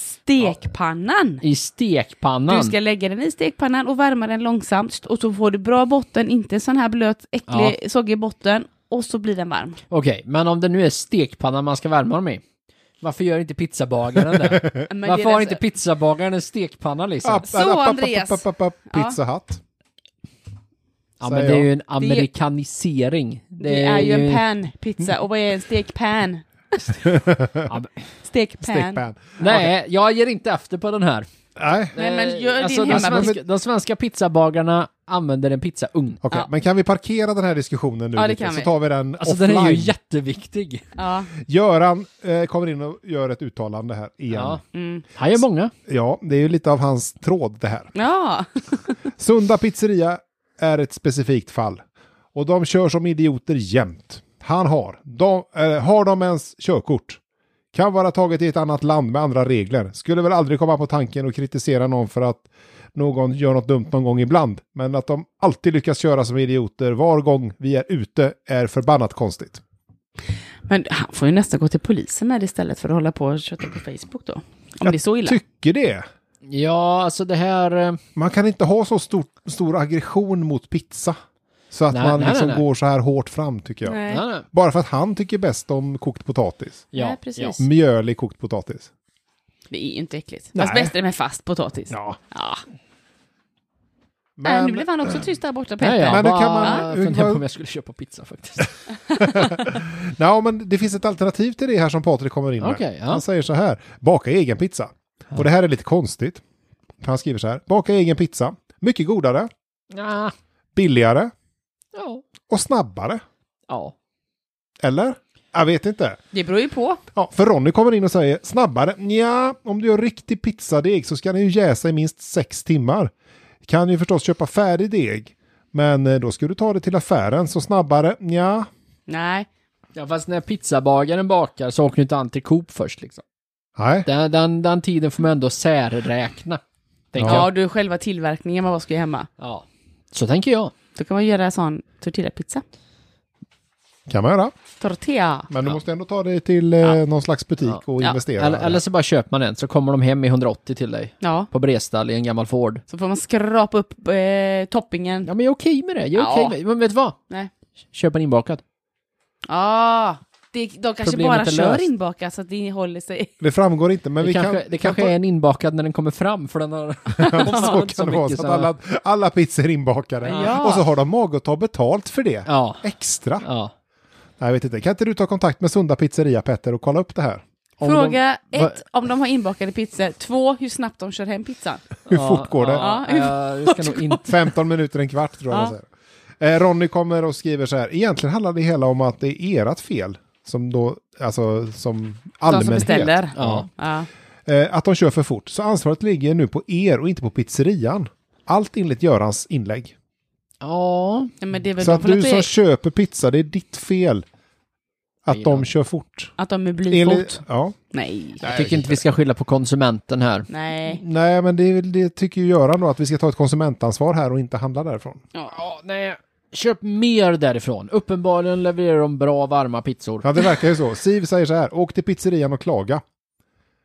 [SPEAKER 3] stekpannan.
[SPEAKER 1] I stekpannan.
[SPEAKER 3] Du ska lägga den i stekpannan och värma den långsamt och så får du bra botten, inte sån här blöt, äcklig, soggig botten och så blir den varm.
[SPEAKER 1] Okej, men om det nu är stekpannan man ska värma dem i, varför gör inte pizzabagaren det?
[SPEAKER 3] <laughs> Men det är
[SPEAKER 1] Eh, varför har
[SPEAKER 3] alltså-
[SPEAKER 1] inte pizzabagaren en stekpanna liksom?
[SPEAKER 2] App,
[SPEAKER 3] Så,
[SPEAKER 2] app, app, app,
[SPEAKER 3] Andreas.
[SPEAKER 2] app, app, app,
[SPEAKER 3] Ja.
[SPEAKER 2] Pizza Hut.
[SPEAKER 1] ja, men
[SPEAKER 2] säger
[SPEAKER 1] det är
[SPEAKER 2] jag.
[SPEAKER 1] ju en amerikanisering.
[SPEAKER 3] Det, är ju
[SPEAKER 1] Eh,
[SPEAKER 3] en panpizza och vad är en stekpan?
[SPEAKER 1] Ja, men-
[SPEAKER 3] Stekpan.
[SPEAKER 2] Stekpan.
[SPEAKER 1] Nej, jag ger inte efter på den här.
[SPEAKER 2] Nej.
[SPEAKER 3] Nej men
[SPEAKER 1] Eh,
[SPEAKER 3] gör din
[SPEAKER 1] alltså, de,
[SPEAKER 3] hemmapizza.
[SPEAKER 1] svenska, de svenska pizzabagarna använder en pizzaugn.
[SPEAKER 2] Okej,
[SPEAKER 3] Ja.
[SPEAKER 2] men kan vi parkera den här diskussionen nu
[SPEAKER 3] Ja, det
[SPEAKER 2] lite,
[SPEAKER 3] kan
[SPEAKER 2] så
[SPEAKER 3] vi.
[SPEAKER 2] tar vi den
[SPEAKER 1] Alltså
[SPEAKER 2] offline.
[SPEAKER 1] den är ju jätteviktig.
[SPEAKER 3] Ja,
[SPEAKER 2] Göran eh, kommer in och gör ett uttalande här igen.
[SPEAKER 1] Ja.
[SPEAKER 2] Ja.
[SPEAKER 3] mm.
[SPEAKER 1] Han gör många.
[SPEAKER 2] det är ju lite av hans tråd det här.
[SPEAKER 3] ja.
[SPEAKER 2] Sunda pizzeria är ett specifikt fall. Och de kör som idioter jämt. Han har. De, eh, har de ens körkort? Kan vara taget i ett annat land med andra regler. Skulle väl aldrig komma på tanken att kritisera någon för att någon gör något dumt någon gång ibland. Men att de alltid lyckas köra som idioter var gång vi är ute är förbannat konstigt.
[SPEAKER 3] Men han får ju nästan gå till polisen med det istället för att hålla på och köta på Facebook då. Om det är så illa.
[SPEAKER 2] Tycker det.
[SPEAKER 1] Ja, alltså det här... eh,
[SPEAKER 2] Man kan inte ha så stor, stor aggression mot pizza. Så att
[SPEAKER 1] Nej,
[SPEAKER 2] man
[SPEAKER 1] nej,
[SPEAKER 2] liksom
[SPEAKER 1] nej, nej.
[SPEAKER 2] går så här hårt fram tycker jag.
[SPEAKER 1] Nej,
[SPEAKER 3] Nej.
[SPEAKER 1] nej.
[SPEAKER 2] Bara för att han tycker bäst om kokt potatis.
[SPEAKER 1] Ja,
[SPEAKER 3] Nej, precis.
[SPEAKER 1] ja.
[SPEAKER 2] Mjölig kokt
[SPEAKER 3] Äh,
[SPEAKER 2] potatis.
[SPEAKER 3] Det är ju inte äckligt.
[SPEAKER 2] Nej.
[SPEAKER 3] Fast bäst är det med fast potatis.
[SPEAKER 2] Ja.
[SPEAKER 3] Ja. Nej, Äh, nu
[SPEAKER 2] Men,
[SPEAKER 3] blev han också tyst där borta Petter.
[SPEAKER 1] Nej, jag
[SPEAKER 2] Men det
[SPEAKER 1] bara
[SPEAKER 2] kan man-
[SPEAKER 1] funderar på om jag skulle köpa pizza
[SPEAKER 3] <laughs>
[SPEAKER 1] faktiskt.
[SPEAKER 2] ja, men det finns ett alternativ till det här som Patrik kommer in med.
[SPEAKER 1] Okej, ja.
[SPEAKER 2] Han säger så här, baka egen pizza. Och det här är lite konstigt. För Han skriver så här, baka egen pizza. Mycket godare,
[SPEAKER 1] Nja,
[SPEAKER 2] billigare
[SPEAKER 1] ja.
[SPEAKER 2] och snabbare.
[SPEAKER 1] ja.
[SPEAKER 2] Eller? Jag vet inte.
[SPEAKER 3] Det beror ju på.
[SPEAKER 2] Ja, för Ronny kommer in och säger snabbare. Nja, om du gör riktig pizzadeg så ska den ju jäsa i minst sex timmar. Kan ju förstås köpa färdig deg. Men eh, då ska du ta det till affären, så snabbare, Nja.
[SPEAKER 3] Nej.
[SPEAKER 1] Ja, fast när pizzabagaren bakar så åker ju inte han till Coop först liksom.
[SPEAKER 2] Nej.
[SPEAKER 1] Den, den, den tiden får man ändå särräkna. Tänker
[SPEAKER 3] Ja,
[SPEAKER 1] jag.
[SPEAKER 3] du själva tillverkningen, man bara ska ju hemma.
[SPEAKER 1] Ja. Så tänker jag.
[SPEAKER 3] Då kan man göra sån tortillapizza.
[SPEAKER 2] Kan man göra.
[SPEAKER 3] Tortilla.
[SPEAKER 2] Men du måste ändå ta det till eh, någon slags butik
[SPEAKER 1] Ja.
[SPEAKER 2] och
[SPEAKER 3] Ja.
[SPEAKER 2] investera.
[SPEAKER 1] Eller, eller så bara köper man en så kommer de hem i 180 till dig.
[SPEAKER 3] Ja,
[SPEAKER 1] På bredstall i en gammal Ford.
[SPEAKER 3] så får man skrapa upp eh, toppingen. Ja,
[SPEAKER 1] Ja men jag är okej med det. Jag är
[SPEAKER 3] Ja.
[SPEAKER 1] okej med det. Men vet du vad?
[SPEAKER 3] Nej.
[SPEAKER 1] Köp en inbakad.
[SPEAKER 3] ah, det, de kanske
[SPEAKER 1] Problemet
[SPEAKER 3] bara
[SPEAKER 1] är
[SPEAKER 3] kör
[SPEAKER 1] löst.
[SPEAKER 3] inbakat så att det håller sig.
[SPEAKER 2] Det framgår inte, men
[SPEAKER 1] det
[SPEAKER 2] vi
[SPEAKER 1] kanske,
[SPEAKER 2] kan...
[SPEAKER 1] det kanske är en inbakad när den kommer fram
[SPEAKER 2] <laughs>
[SPEAKER 1] för den har...
[SPEAKER 2] så
[SPEAKER 1] så
[SPEAKER 2] kan det vara.
[SPEAKER 1] mycket
[SPEAKER 2] Så att
[SPEAKER 1] så här.
[SPEAKER 2] alla, alla pizzor är inbakade.
[SPEAKER 3] Ja.
[SPEAKER 2] Och så har de mag att ta betalt för det.
[SPEAKER 1] Ja.
[SPEAKER 2] Extra.
[SPEAKER 1] ja.
[SPEAKER 2] Nej, jag vet inte. Kan inte du ta kontakt med Sunda Pizzeria, Petter, och kolla upp det här?
[SPEAKER 1] Om
[SPEAKER 3] Fråga
[SPEAKER 1] de- va-
[SPEAKER 3] ett, om de har inbakade pizzor. Två, hur snabbt de kör hem pizzan.
[SPEAKER 2] Hur fort går det?
[SPEAKER 1] Ja,
[SPEAKER 3] Ja, hur
[SPEAKER 1] ja, jag ska
[SPEAKER 2] <laughs>
[SPEAKER 1] nog inte...
[SPEAKER 2] 15 minuter, en kvart tror jag
[SPEAKER 3] Ja.
[SPEAKER 2] han säger. Eh, Ronny kommer och skriver så här. Egentligen handlar det hela om att det är ert fel. Som då, alltså som
[SPEAKER 3] De som
[SPEAKER 2] allmänhet.
[SPEAKER 3] beställer.
[SPEAKER 1] Ja.
[SPEAKER 3] Ja.
[SPEAKER 2] eh, att de kör för fort. Så ansvaret ligger nu på er och inte på pizzerian. Allt enligt Görans inlägg.
[SPEAKER 1] Ja,
[SPEAKER 3] Ja, men det är väl
[SPEAKER 2] Så
[SPEAKER 3] bara
[SPEAKER 2] att
[SPEAKER 3] för att,
[SPEAKER 2] du som
[SPEAKER 3] det är,
[SPEAKER 2] köper pizza, det är ditt fel att
[SPEAKER 1] Ja.
[SPEAKER 2] de kör fort.
[SPEAKER 3] att de är
[SPEAKER 2] Enligt,
[SPEAKER 3] blyfot.
[SPEAKER 2] ja.
[SPEAKER 3] Nej.
[SPEAKER 1] jag tycker inte vi ska skylla på konsumenten här.
[SPEAKER 3] Nej.
[SPEAKER 2] Nej, men det, är väl- det tycker ju Göran då, att vi ska ta ett konsumentansvar här och inte handla därifrån.
[SPEAKER 1] Ja, nej. Köp mer därifrån. Uppenbarligen levererar de bra varma pizzor.
[SPEAKER 2] Ja, det verkar ju så. Siv säger så här, åk till pizzerian och klaga.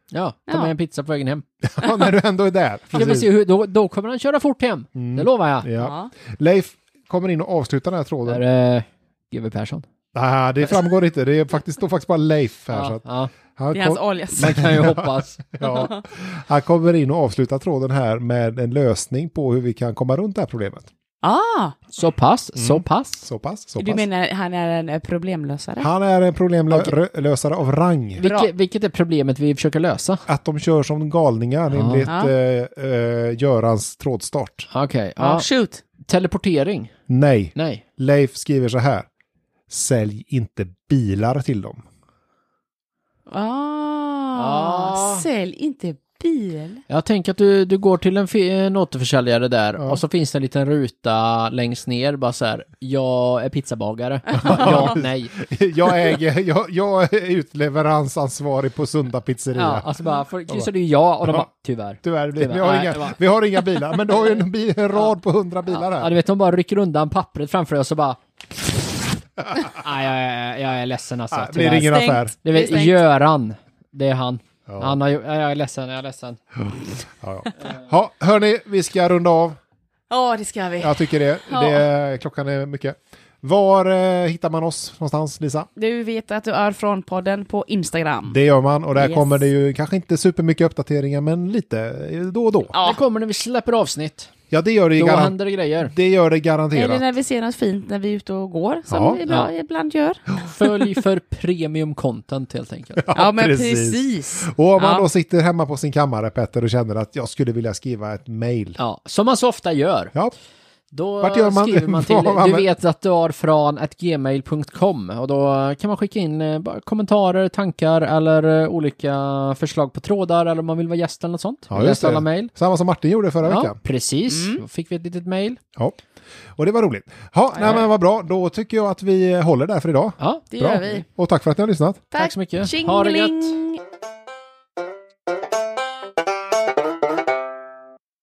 [SPEAKER 1] Ja, ta
[SPEAKER 3] Ja.
[SPEAKER 1] med en pizza på vägen hem.
[SPEAKER 2] Ja, <laughs> när du ändå är där.
[SPEAKER 1] Ja, men se
[SPEAKER 2] Precis.
[SPEAKER 1] hur, då, då kommer han köra fort hem.
[SPEAKER 2] Mm.
[SPEAKER 1] Det lovar jag.
[SPEAKER 2] Ja.
[SPEAKER 3] Ja.
[SPEAKER 2] Leif kommer in och avslutar den här
[SPEAKER 1] Där
[SPEAKER 2] tråden.
[SPEAKER 1] är GW Persson.
[SPEAKER 2] Nej, det framgår inte. Det är faktiskt, står faktiskt bara Leif här. Så
[SPEAKER 1] Ja,
[SPEAKER 2] att
[SPEAKER 1] ja,
[SPEAKER 2] han,
[SPEAKER 3] Det är hans
[SPEAKER 2] kom-
[SPEAKER 3] alias.
[SPEAKER 1] man kan ju hoppas.
[SPEAKER 2] <laughs> ja, han kommer in och avslutar tråden här med en lösning på hur vi kan komma runt det här problemet.
[SPEAKER 3] Ah,
[SPEAKER 1] Så pass,
[SPEAKER 2] Mm.
[SPEAKER 1] så pass.
[SPEAKER 2] Så pass, så
[SPEAKER 3] du
[SPEAKER 2] pass.
[SPEAKER 3] menar han är en eh, problemlösare?
[SPEAKER 2] Han är en problemlösare av rang.
[SPEAKER 1] Vilket, vilket är problemet vi försöker lösa?
[SPEAKER 2] Att de kör som galningar
[SPEAKER 1] Ja.
[SPEAKER 2] enligt
[SPEAKER 3] Ja.
[SPEAKER 2] eh, eh, Görans trådstart.
[SPEAKER 1] Okej,
[SPEAKER 3] Ja,
[SPEAKER 1] ja.
[SPEAKER 3] shoot.
[SPEAKER 1] teleportering.
[SPEAKER 2] Nej,
[SPEAKER 1] Nej.
[SPEAKER 2] Leif skriver så här. Sälj inte bilar till dem. <laughs>
[SPEAKER 3] Ah,
[SPEAKER 1] Ah.
[SPEAKER 3] Sälj inte bil.
[SPEAKER 1] Jag tänker att du, du går till en, fi- en återförsäljare där
[SPEAKER 2] Ja.
[SPEAKER 1] och så finns det en liten ruta längst ner bara så här. Jag är pizzabagare. ja, nej.
[SPEAKER 2] jag, äger, jag, jag är utleveransansvarig på Sunda pizzeria.
[SPEAKER 1] Ja, alltså bara, för, kryssar du ja och de
[SPEAKER 2] Ja.
[SPEAKER 1] bara, tyvärr.
[SPEAKER 2] Tyvärr, blir- vi
[SPEAKER 1] Tyvärr.
[SPEAKER 2] har,
[SPEAKER 1] Nej, det
[SPEAKER 2] inga,
[SPEAKER 1] var-
[SPEAKER 2] vi har inga bilar, men du har ju en, bi- en rad på hundra bilar
[SPEAKER 1] Ja,
[SPEAKER 2] här.
[SPEAKER 1] du vet, de bara rycker undan pappret framför dig och så bara... Nej, jag, är- jag är ledsen alltså.
[SPEAKER 2] Ja, blir
[SPEAKER 1] tyvärr.
[SPEAKER 2] det ingen
[SPEAKER 3] Stängt.
[SPEAKER 2] affär.
[SPEAKER 1] Det
[SPEAKER 3] Det är
[SPEAKER 1] vet,
[SPEAKER 3] stängt.
[SPEAKER 1] Göran, det är han.
[SPEAKER 2] Ja.
[SPEAKER 1] Han har, ju- ja, jag är ledsen, jag är ledsen.
[SPEAKER 2] Ja, ja. Ha, hörni, vi ska runda av.
[SPEAKER 3] Ja, det ska vi.
[SPEAKER 2] Jag tycker det.
[SPEAKER 3] Ja.
[SPEAKER 2] det klockan är mycket. Var eh, hittar man oss någonstans, Lisa?
[SPEAKER 3] Du vet att du är från podden på Instagram.
[SPEAKER 2] Det gör man och där
[SPEAKER 3] Yes.
[SPEAKER 2] kommer det ju kanske inte supermycket uppdateringar, men lite eh, då och då.
[SPEAKER 1] Det
[SPEAKER 3] Ja.
[SPEAKER 1] kommer när vi släpper avsnitt.
[SPEAKER 2] Ja, det gör det, ju
[SPEAKER 1] Då
[SPEAKER 2] garan-
[SPEAKER 1] händer det grejer.
[SPEAKER 2] det, gör det
[SPEAKER 3] Eller
[SPEAKER 2] garanterat. <laughs>
[SPEAKER 3] när vi ser något fint när vi är ute och går, som
[SPEAKER 2] Ja.
[SPEAKER 3] vi bra
[SPEAKER 1] Ja.
[SPEAKER 3] ibland gör.
[SPEAKER 1] Följ för premium content
[SPEAKER 2] <laughs>
[SPEAKER 1] helt enkelt.
[SPEAKER 3] Ja, men
[SPEAKER 2] precis.
[SPEAKER 3] precis.
[SPEAKER 2] Och om man
[SPEAKER 3] Ja.
[SPEAKER 2] då sitter hemma på sin kammare, Petter, och känner att jag skulle vilja skriva ett mejl.
[SPEAKER 1] Ja, som man så ofta gör.
[SPEAKER 2] Ja,
[SPEAKER 1] Då
[SPEAKER 2] Vart gör man- <laughs>
[SPEAKER 1] skriver man till
[SPEAKER 2] vad man-
[SPEAKER 1] du vet att du har från ett gmail.com och då kan man skicka in eh, bara kommentarer, tankar eller eh, olika förslag på trådar eller om man vill vara gäst eller något sånt.
[SPEAKER 2] Ja,
[SPEAKER 1] Vi
[SPEAKER 2] just
[SPEAKER 1] läser
[SPEAKER 2] det.
[SPEAKER 1] alla mejl.
[SPEAKER 2] samma som Martin gjorde förra
[SPEAKER 1] Ja,
[SPEAKER 2] veckan.
[SPEAKER 1] precis. Då fick vi ett litet mejl.
[SPEAKER 2] Ja. Och det var roligt. Ja, nej, men vad bra. Då tycker jag att vi håller där för idag.
[SPEAKER 1] Ja,
[SPEAKER 3] Det
[SPEAKER 2] Bra.
[SPEAKER 3] gör vi.
[SPEAKER 2] Och tack för att ni har lyssnat.
[SPEAKER 1] Tack så mycket.
[SPEAKER 3] Tjingeling.
[SPEAKER 1] Ha det gött.